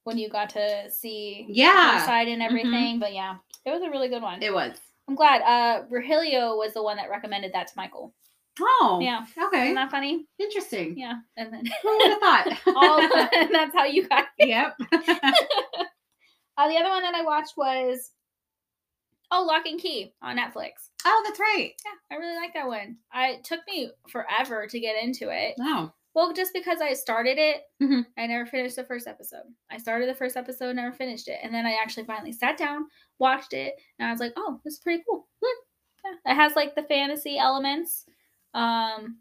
when you got to see her
Yeah. Mm-hmm.
side and everything. But yeah, it was a really good one.
It was.
I'm glad. Uh, Rogelio was the one that recommended that to Michael.
Oh.
Yeah. Isn't
Okay.
that funny?
Interesting.
Yeah.
<laughs>
And then
Who would have thought?
<laughs> all and that's how you got
<laughs> yep.
Uh, the other one that I watched was Oh, Lock and Key on Netflix.
Oh, that's right.
Yeah, I really like that one. I it took me forever to get into it.
No.
Well, just because I started it,
Mhm.
I never finished the first episode. I started the first episode, never finished it, and then I actually finally sat down, watched it, and I was like, "Oh, this is pretty cool." Hmm. Yeah. It has like the fantasy elements. Um,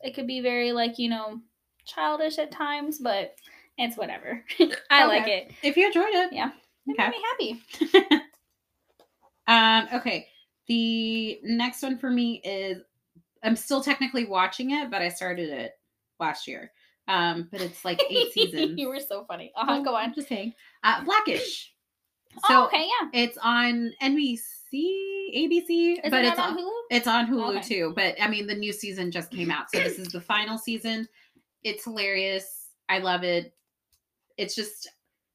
it could be very like you know childish at times, but it's whatever. <laughs> I like
Okay.
it.
If you enjoyed it.
Yeah. It
Okay.
made me happy.
Um, okay. The next one for me is I'm still technically watching it, but I started it last year. Um, but it's like
<laughs>
eight seasons.
you were so funny. Uh-huh, go on.
I'm just saying. Uh, Blackish. So
oh, okay, yeah.
it's on NBC, ABC,
Is
but
it
it's
on
on,
Hulu?
it's on Hulu
Okay.
too. But I mean, the new season just came out, so this is the final season. It's hilarious. I love it. It's just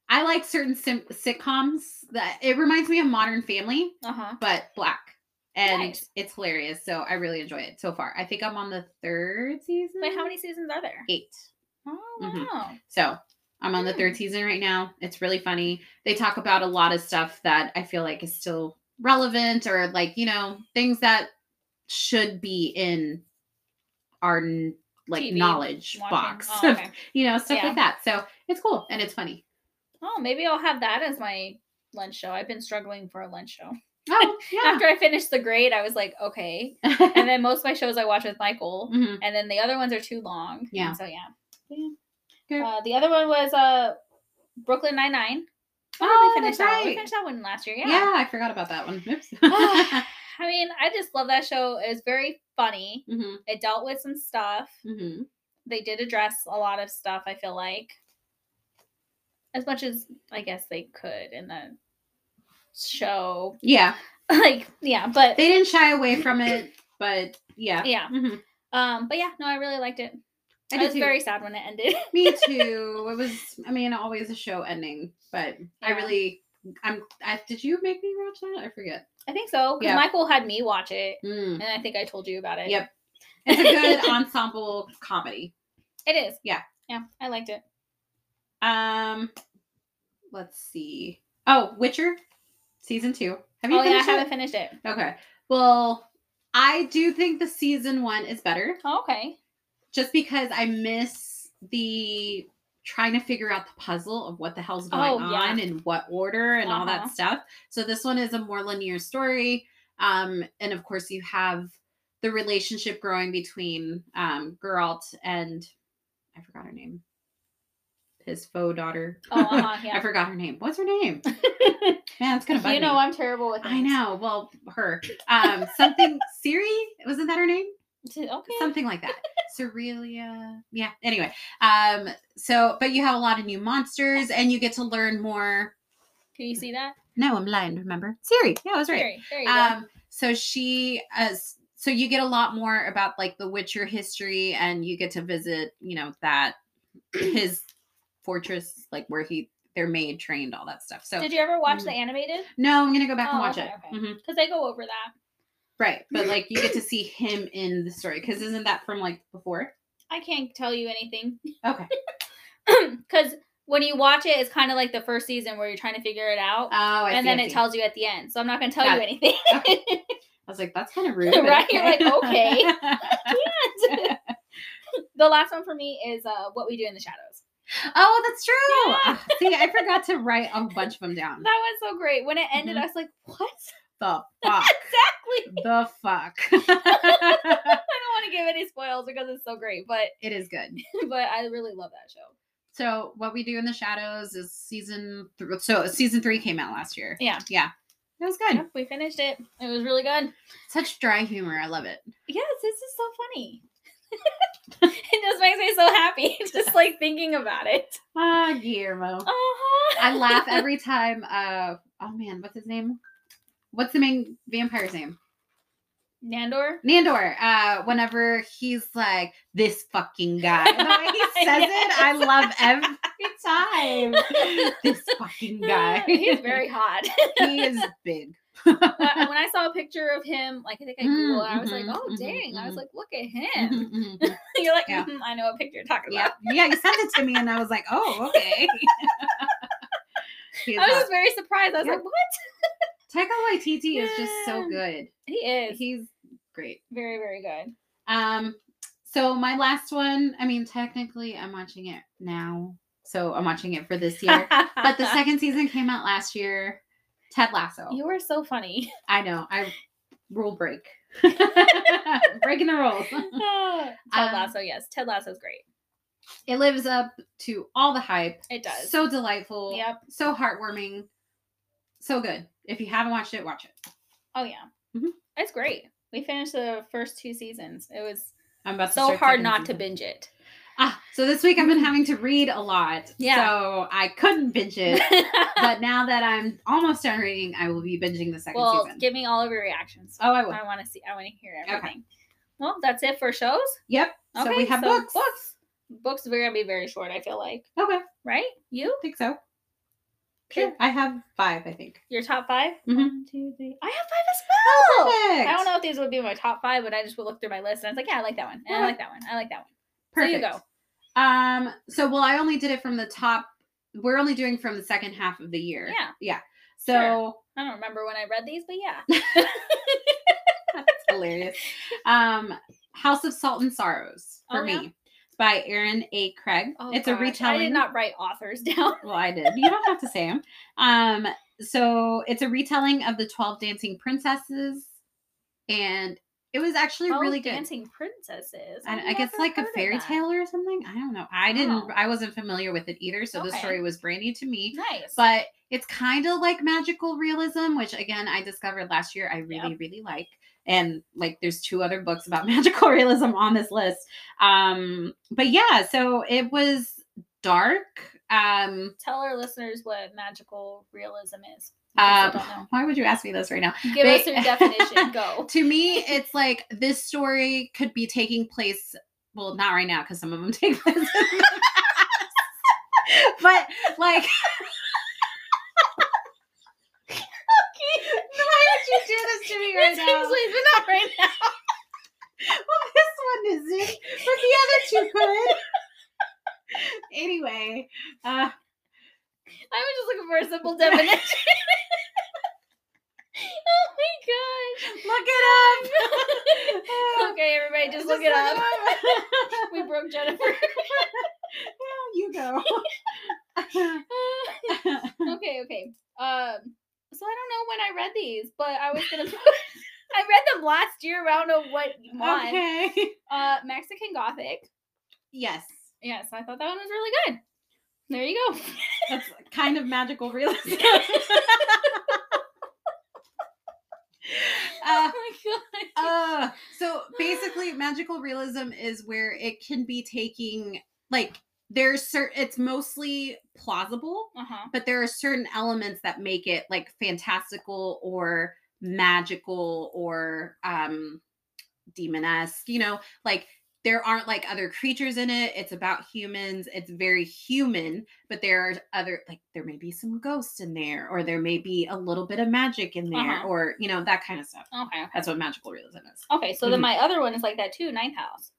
I like certain sim- sitcoms that it reminds me of Modern Family
Uh huh.
but black. And
Nice.
it's hilarious. So I really enjoy it so far. I think I'm on the third season.
Wait, how many seasons are there?
Mm. Eight.
Oh
Mhm.
wow.
So I'm on the
Hmm.
third season right now. It's really funny. They talk about a lot of stuff that I feel like is still relevant or like, you know, things that should be in our n- like
TV,
knowledge
Watching-
box. <laughs>
Oh, okay.
you know, stuff
Yeah.
like that. So it's cool and it's funny.
oh, maybe I'll have that as my lunch show. I've been struggling for a lunch show. <laughs>
Oh, yeah.
After I finished the grade, I was like,
<laughs>
okay. And then most of my shows I watch with Michael,
Mhm.
and then the other ones are too long.
Yeah.
So yeah.
Good.
Uh, the other one was uh Brooklyn Nine Nine.
Oh,
we
that's
finished that. one. We
right.
finished that one last year.
Yeah.
yeah.
I forgot about that one.
<laughs>
Oops.
<sighs>
<laughs> Mm-hmm,
I mean, I just love that show. It was very funny.
hmm
It dealt with some stuff.
hmm
They did address a lot of stuff, I feel like. As much as I guess they could in the show. <laughs>
Yeah.
Like, yeah, but
they didn't shy away from it, but yeah.
yeah.
Mhm.
Um, but yeah, no, I really liked it.
I
I,
did
was
too.
very sad when it ended.
Me too. It was, I mean, always a show ending, but <laughs> I
Yeah.
really, I'm. I, did you make me watch that? I forget.
I think so. Because
Yeah.
Michael had me watch it.
Mm.
And I think I told you about it.
Yep. It's a
<laughs>
good ensemble comedy.
It is.
Yeah.
Yeah. I liked it.
Um, let's see. Oh, Witcher, season two. Have you
oh, yeah, I
finished
haven't
it?
finished it.
Okay. Well, I do think the season one is better.
Oh, okay.
just because I miss the trying to figure out the puzzle of what the hell's going
Oh, yeah.
on and what order and all that
Uh-huh.
stuff. So this one is a more linear story. Um, and of course you have the relationship growing between um Geralt and I forgot her name. His faux daughter.
Oh, uh-huh,
<laughs>
yeah.
I forgot her name. What's her
<laughs>
name? Man, it's gonna bug
you know
me.
I'm terrible with
I
names.
know. Well, her. Um,
<laughs>
something Siri wasn't that her name?
Okay.
something like that. Cerealia. Yeah. Anyway, um, so but you have a lot of new monsters, and you get to learn more.
Can you see that?
No, I'm lying. Remember, Siri. Yeah, I was right.
There, there you go.
Um, so she, uh, so you get a lot more about like the Witcher history, and you get to visit, you know, that <clears throat> his fortress, like where he their maid trained, all that stuff. So
Did you ever watch
mm.
the animated?
no, I'm gonna go back
Oh,
and watch
okay,
it.
okay.
Mhm.
Because they go over that.
Right, but like you get to see him in the story because isn't that from like before?
I can't tell you anything. <clears throat>
Okay.
Because when you watch it, it's kind of like the first season where you're trying to figure it out.
Oh, I
and
see, I
then it
see.
tells you at the end. So I'm not going to tell
Got
you
it. <laughs>
anything. <laughs>
I was like, that's <laughs> kind of rude. but
Right? You're like,
<laughs> okay.
the last one for me is uh, What We Do in the Shadows.
oh, that's true.
Yeah.
Ah, See, I forgot to write a bunch of them <laughs>
That
down.
was so great. When it ended,
Mhm.
I was like, what? <laughs>
The fuck.
exactly.
the fuck. <laughs>
I don't want to give any spoils because it's so great. But <laughs>
it is good.
but I really love that show.
So, what we do in the shadows is season. Th- so, season three came out last year.
Yeah.
Yeah. It was good.
Yep, we finished it. It was really good.
Such dry humor. I love it.
Yes, this is so funny. <laughs> it just makes me so happy <laughs>
<laughs>
just like thinking about it.
Ah, Guillermo.
Uh-huh.
I laugh every time. Uh, oh man, what's his name? What's the main vampire's name?
Nandor.
Nandor, uh, whenever he's like, this fucking guy, the way
<laughs>
he says it, I love every time. this fucking guy.
He's very hot.
<laughs> he is
<laughs>
big.
But when I saw a picture of him, like I think I
Mm,
Googled, it, I was like,
mhm,
oh
mhm,
dang. I was
mhm.
like, look at him.
Mhm, mhm, mhm.
<laughs> You're like,
Yeah.
"Mhm, I know what picture you're
<laughs>
talking
yeah,
about.
yeah, you sent it to me, and I was like, oh, okay. <laughs> He is
I was
hot.
just very surprised. I was
Yeah.
like, what?
Taika Waititi is just so good.
He is
He's great.
very, very good.
Um, so my last one, I mean, technically I'm watching it now. So I'm watching it for this year. but
<laughs>
the second season came out last year. Ted Lasso.
you were so
<laughs>
funny. <laughs>
I know. I rule break. Breaking the rules.
Ted
Um,
Lasso, yes. Ted Lasso's great.
It lives up to all the hype.
It does.
So delightful.
Yep.
So heartwarming. So good. If you haven't watched it, watch it.
Oh yeah,
Mhm.
it's great. We finished the first two seasons. It was
I'm about to
so
start
hard
second
not to
season.
binge it.
Ah, so this week I've
<laughs>
been having to read a lot.
Yeah.
So I couldn't binge
<laughs>
it. but now that I'm almost done reading, I will be binging the second
well,
season.
give me all of your reactions.
oh, I will.
I want to see. I want to hear
Okay.
everything. Well, that's it for shows.
Yep. so we have
so
books.
Books. Books are gonna be very short. I feel like.
Okay.
Right? You?
I think so.
Sure.
I have five, I think.
Your top 5
Mhm.
One, two, three. I have five as well.
Perfect.
I don't know if these would be my top five, but I just would look through my list and I was like, yeah, I like that one. And I
Okay.
like that one. I like that one.
Perfect.
So you go.
Um, so well, I only did it from the top. We're only doing from the second half of the year.
Yeah.
Yeah. So
I don't remember when I read these, but yeah.
<laughs> hilarious. Um, House of Salt and Sorrows for
Oh,
me.
yeah?
It's by Aaron A. Craig. it's
Oh, gosh,
a retelling.
I did not write authors <laughs> down.
<laughs> well, I did. You don't have to say them. Um, so it's a retelling of the Twelve Dancing Princesses, and it was actually
Oh,
really good.
dancing princesses.
I,
I've
I guess
never
like a
heard of
fairy
that.
tale or something. I don't know. I didn't.
Wow.
I wasn't familiar with it either, so the
Okay.
story was brand new to me.
Nice.
but it's kind of like magical realism, which again I discovered last year I really really like. And like there's two other books about <laughs> magical realism on this list. Um but yeah, so it was dark. Um
tell our listeners what magical realism is. in case they
um, <laughs>
don't know.
why would you ask me this right now?
Give us
they- <laughs>
your definition. Go.
To me, it's like this story could be taking place. Well, not right now because some of them <laughs> take place. in the past. but like. <laughs> Why would you do this
<laughs>
to me right
This
now?
seems like- but not right
<laughs>
now.
well, this one isn't, but the other two could. anyway, uh,
I was just looking for a simple definition. <laughs> oh my
look it <laughs>
gosh.
up.
Okay, everybody, just, <laughs> look it up.
up.
<laughs> we broke Jennifer.
Well, <laughs> you go.
okay, okay. Um, so I don't know when I read these, but I was
<laughs>
gonna. I read them last year. I don't know what month.
okay.
Uh, Mexican Gothic.
Yes.
Yes, I thought that one was really good. There you go. <laughs>
That's kind of magical realism.
oh
Uh,
my god.
uh, so basically, magical realism is where it can be taking, like, there's certain, it's mostly plausible,
Uh huh.
but there are certain elements that make it like fantastical or magical or um demonesque you know like there aren't like other creatures in it it's about humans it's very human but there are other like there may be some ghosts in there or there may be a little bit of magic in there
Uh-huh.
or you know that kind of stuff
Okay. Okay.
that's what magical realism is
Okay. So then
Mhm.
my other one is like that too. Ninth House.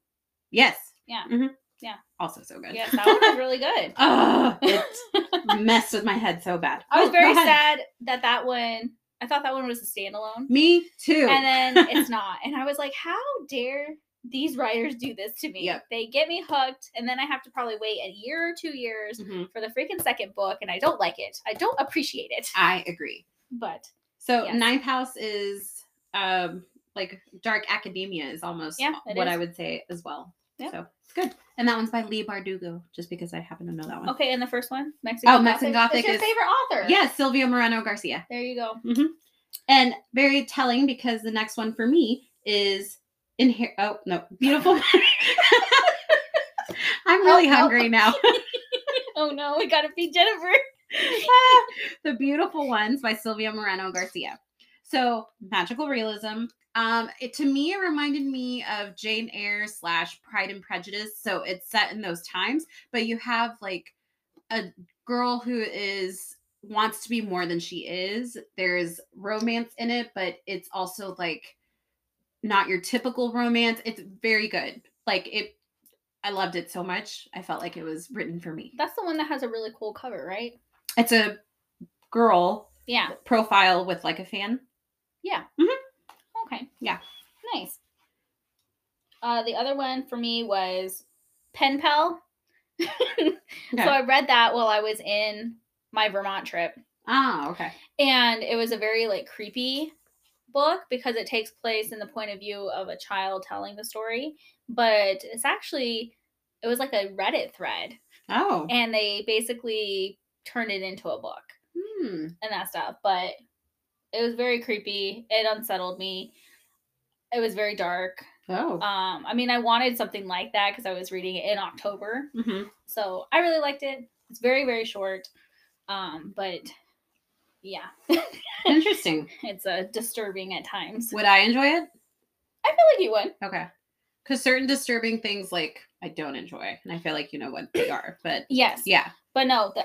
yes
Yeah.
Mhm.
Yeah.
also so good
Yes, that one was
<laughs>
really good. <laughs>
Ugh, it messed with my head so bad
I was
Oh, go
very
ahead.
sad that that one. I thought that one was a standalone,
me too <laughs>
and then it's not. And I was like, how dare these writers do this to me?
Yep.
They get me hooked, and then I have to probably wait a year or two years
Mhm.
for the freaking second book, and I don't like it. I don't appreciate it.
i agree
But
So
Yes.
ninth house is um like dark academia is almost
Yeah, it
what
is.
I would say as well.
Yeah.
So it's good. And that one's by Lee Bardugo, just because I happen to know that one.
okay, and the first one, Mexican.
Oh, Mexican Gothic
It's your
is-
favorite author.
Yeah, Silvia Moreno Garcia.
There you go.
And very telling because the next one for me is inher oh
<laughs>
no, <laughs> beautiful. I'm really
Oh, oh.
hungry now.
Oh no, we gotta feed Jennifer.
Ah, <laughs> the beautiful ones by sylvia moreno garcia so magical realism um it to me it reminded me of jane eyre slash pride and prejudice so it's set in those times but you have like a girl who is wants to be more than she is there's romance in it but it's also like not your typical romance it's very good like it i loved it so much i felt like it was written for me
That's the one that has a really cool cover, right?
it's a girl
Yeah.
profile with like a fan.
Yeah.
Mhm.
Okay.
Yeah.
Nice. Uh, the other one for me was pen pal. <laughs> So I read that while I was in my Vermont trip,
Oh, okay.
and it was a very like creepy book because it takes place in the point of view of a child telling the story, but it's actually it was like a Reddit thread,
Oh.
and they basically turned it into a book
Hmm.
and that stuff. But it was very creepy. It unsettled me. It was very dark.
Oh.
Um, I mean, I wanted something like that because I was reading it in October,
hmm
so I really liked it. It's very very short, um, but yeah,
<laughs> Interesting.
it's uh, disturbing at times.
Would I enjoy it?
I feel like you would.
Okay. Because certain disturbing things, like I don't enjoy, and I feel like you know what they are. But
Yes,
yeah,
but no. The,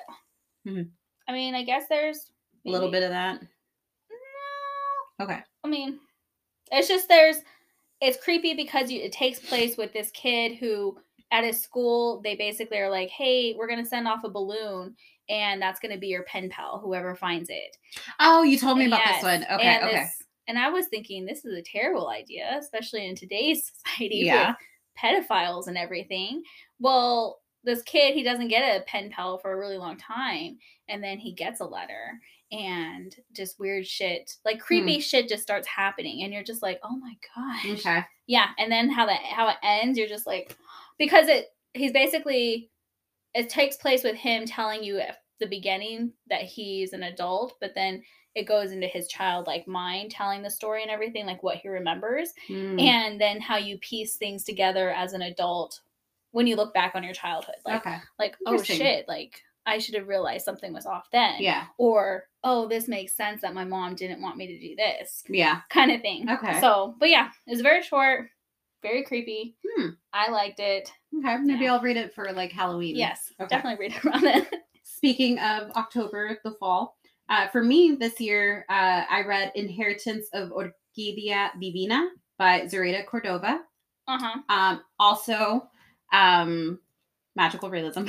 Mhm.
I mean, I guess there's
a little
maybe-
bit of that.
No.
Okay.
I mean, it's just there's it's creepy because you, it takes place with this kid who at his school they basically are like, "Hey, we're going to send off a balloon and that's going to be your pen pal whoever finds it."
Oh, you told me about
Yes,
this one. Okay.
and
okay.
this- and I was thinking this is a terrible idea, especially in today's <laughs> society
Yeah.
with pedophiles and everything. Well, this kid, he doesn't get a pen pal for a really long time, and then he gets a letter and just weird shit,
Hmm.
like creepy shit just starts happening and you're just like, "Oh my gosh."
Okay.
Yeah, and then how that how it ends, you're just like because it he's basically it takes place with him telling you at the beginning that he's an adult, but then it goes into his child like mind telling the story and everything, like what he remembers,
Hmm.
and then how you piece things together as an adult when you look back on your childhood. Like
okay.
like, oh
Interesting.
shit, like I should have realized something was off then.
Yeah.
Or, oh, this makes sense that my mom didn't want me to do this
Yeah.
kind of thing.
Okay.
So, but yeah, it was very short, very creepy.
Hmm.
I liked it.
Okay. Maybe
Yeah.
I'll read it for like Halloween.
Yes,
Okay.
definitely read <laughs> around it.
Speaking of October, the fall, uh, for me this year, uh, I read Inheritance of Orquídea Divina by Zoraida Cordova.
Uh huh.
Um, also, um, magical realism. <laughs>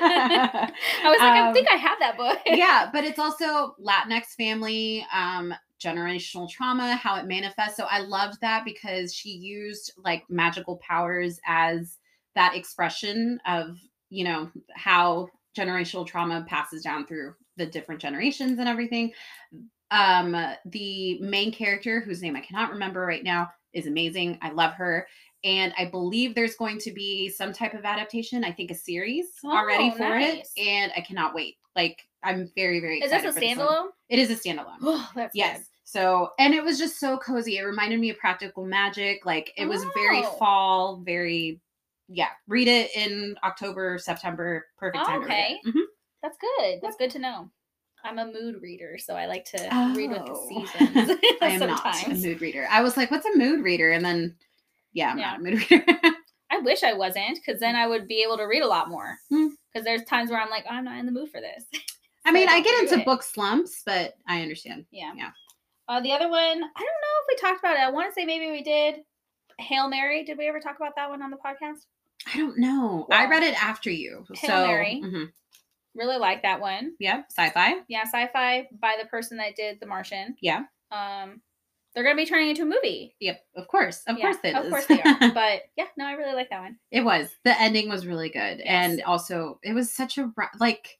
I was like, I
Um,
think I have that book. <laughs>
yeah, but it's also Latinx family, um, generational trauma, how it manifests. So I loved that because she used like magical powers as that expression of, you know, how generational trauma passes down through the different generations and everything. Um, the main character, whose name I cannot remember right now, is amazing. I love her. And I believe there's going to be some type of adaptation. I think a series already
Oh,
for
nice.
it, and I cannot wait. Like I'm very very.
Is
Excited
this a
for one.
standalone?
It is a standalone.
Oh, <sighs> that's
yes.
good.
So and it was just so cozy. It reminded me of Practical Magic. Like it was very
Oh.
fall, very yeah. Read it in October, September. Perfect time.
Okay.
To read it. Mhm.
That's good. That's good to know. I'm a mood reader, so I like to read with the
Oh.
seasons.
<laughs> I am
sometimes.
not a mood reader. I was like, what's a mood reader? And then yeah, I'm
Yeah.
not a mood reader. <laughs>
I wish I wasn't, because then I would be able to read a lot more.
Hmm.
Because there's times where I'm like, "Oh, I'm not in the mood for this. <laughs>
I mean, I,
I don't
get
do
into
it.
book slumps, but I understand.
Yeah.
Yeah.
Uh, the other one, I don't know if we talked about it. I want to say maybe we did. Hail Mary. Did we ever talk about that one on the podcast?
I don't know. I
Well,
read it after you.
Hail
so
Mary.
mhm.
Really like that one.
yeah, sci-fi.
Yeah, sci-fi by the person that did The Martian.
Yeah.
Um, they're gonna be turning it into a movie.
Yep, of course, of
Yeah,
course it is.
Of course
<laughs>
they are. but yeah, no, I really like that one.
it was. The ending was really good, and
Yes.
also it was such a ra- like,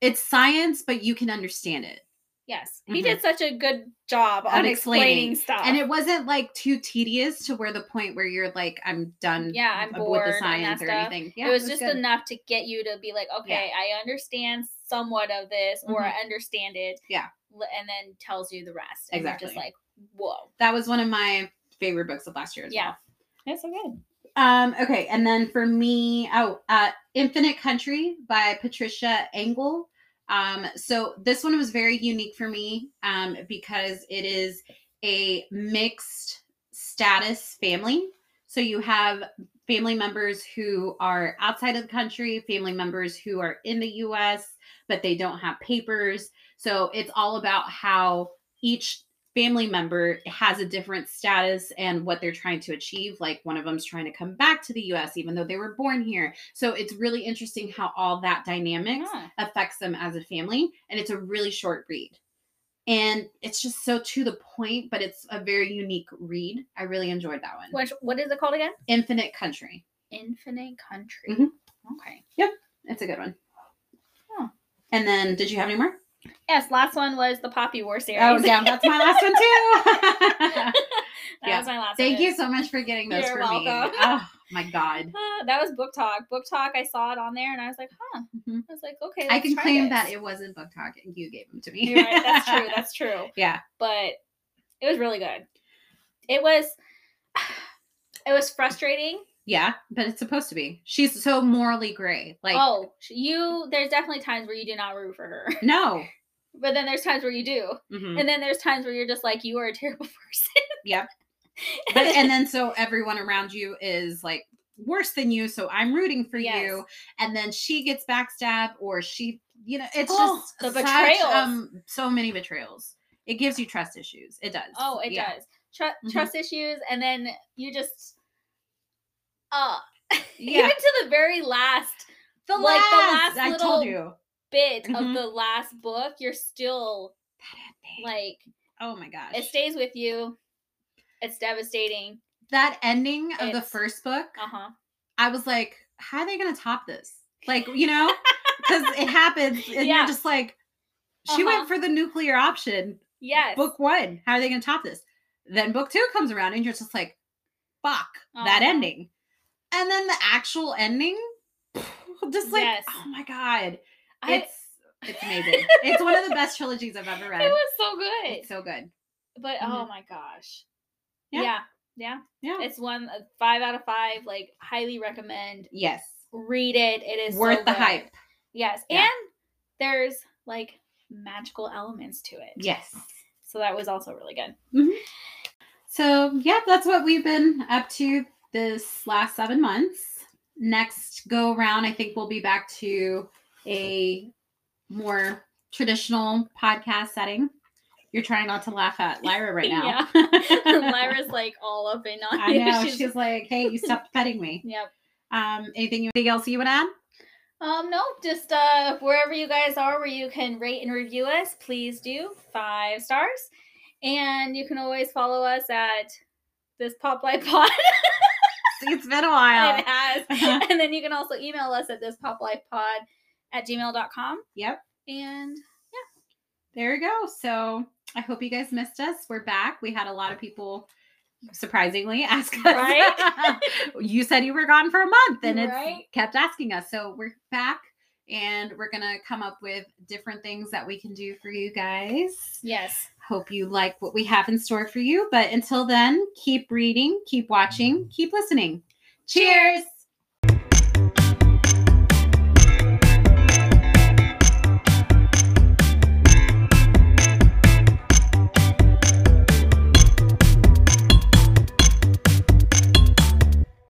it's science, but you can understand it,
Yes, he did such a good job
At
on explaining,
Mm-hmm. explaining.
stuff.
and it wasn't like too tedious to where the point where you're like, I'm done.
yeah, I'm
ab- with
bored
the
and that
science or
stuff.
anything. Yeah,
it was, just
good.
enough to get you to be like, okay, I understand somewhat of this, or I understand it.
Mm-hmm. Yeah.
l- And then tells you the rest. And you're just
Exactly.
like, whoa,
that was one of my favorite books of last year. As
Yeah.
well.
that's so good.
Um, okay, and then for me, oh, uh, Infinite Country by Patricia Engel. Um, so this one was very unique for me um, because it is a mixed status family. So you have family members who are outside of the country, family members who are in the US, but they don't have papers. So it's all about how each family member has a different status and what they're trying to achieve like one of them's trying to come back to the US even though they were born here so it's really interesting how all that dynamics
Yeah.
affects them as a family and it's a really short read and it's just so to the point, but it's a very unique read. I really enjoyed that one.
Which, what is it called again?
Infinite Country.
Infinite Country.
Mhm.
Okay.
It's a good one.
Huh.
And then, did you have any more?
Yes, last one was the Poppy War series. <laughs>
Oh, yeah, that's my last one too.
that
yeah.
was my last
Thank
one.
you so much for getting those
You're
for me.
welcome.
Oh my god.
Ah, that was Book Talk. Book Talk, I saw it on there and I was like, huh.
Mhm.
I was like, okay.
I
let's
can
try
claim
this.
that it wasn't book talk. You gave them to me.
You're right. That's
<laughs>
true. That's true.
yeah.
But it was really good. It was. <sighs> It was frustrating.
Yeah, but it's supposed to be. She's so morally gray. Like
oh, sh- you. There's definitely times where you do not root for her, <laughs>
no.
but then there's times where you do,
Mhm.
and then there's times where you're just like, you are a terrible <laughs> person.
Yep. But and
<laughs>
then so everyone around you is like worse than you, so I'm rooting for
Yes.
you. And then she gets backstabbed or she you know, it's
Oh,
just
the
such,
betrayals.
um so many betrayals. It gives you trust issues. It does.
oh, it
Yeah.
does. Tru-
Mhm.
Trust issues, and then you just. Uh, <laughs>
Yeah.
even to the very last
The
Like, the
last,
last
I told
little
you.
bit
Mhm.
of the last book, you're still like
oh my gosh.
it stays with you. It's devastating.
that ending of the
It's-
first book,
Uh huh.
I was like, how are they going to top this? Like, you know, because it happens and
Yeah.
you're just like, she
Uh-huh.
went for the nuclear option.
Yes.
Book one, how are they going to top this? Then book two comes around and you're just like, fuck that
Uh-huh.
ending. And then the actual ending, <sighs> just like,
Yes.
oh my God.
I-
It's, it's amazing. it's one of the best trilogies I've ever read.
<laughs> it was so good.
It's so good.
but oh
Mhm.
my gosh.
Yeah.
Yeah. yeah.
Yeah.
It's one uh, five out of five. Like highly recommend.
yes.
Read it. It is so
Worth the
good.
hype.
Yes.
Yeah.
And there's like magical elements to it.
Yes.
So that was also really good.
So, yeah, that's what we've been up to this last seven months. Next go around, I think we'll be back to a more traditional podcast setting. You're trying not to laugh at Lyra right now.
<laughs> <laughs>
<laughs>
Lyra's like all up in on
I
you.
know. She's, like, hey, you stopped petting me.
yep.
Um, anything, you- anything else you would add?
Um, no, just uh, wherever you guys are where you can rate and review us, please do five stars. And you can always follow us at this pop light pod. <laughs>
It's been a
it
while.
<laughs> has. And then you can also email us at this pop light pod at gmail.com.
Yep.
And
There you go. So, I hope you guys missed us. We're back. We had a lot of people surprisingly <laughs> ask us.
Right?
<laughs> you said you were gone for a month and
Right?
it's kept asking us. So we're back and we're going to come up with different things that we can do for you guys.
yes.
Hope you like what we have in store for you. But until then, keep reading, keep watching, keep listening. Cheers.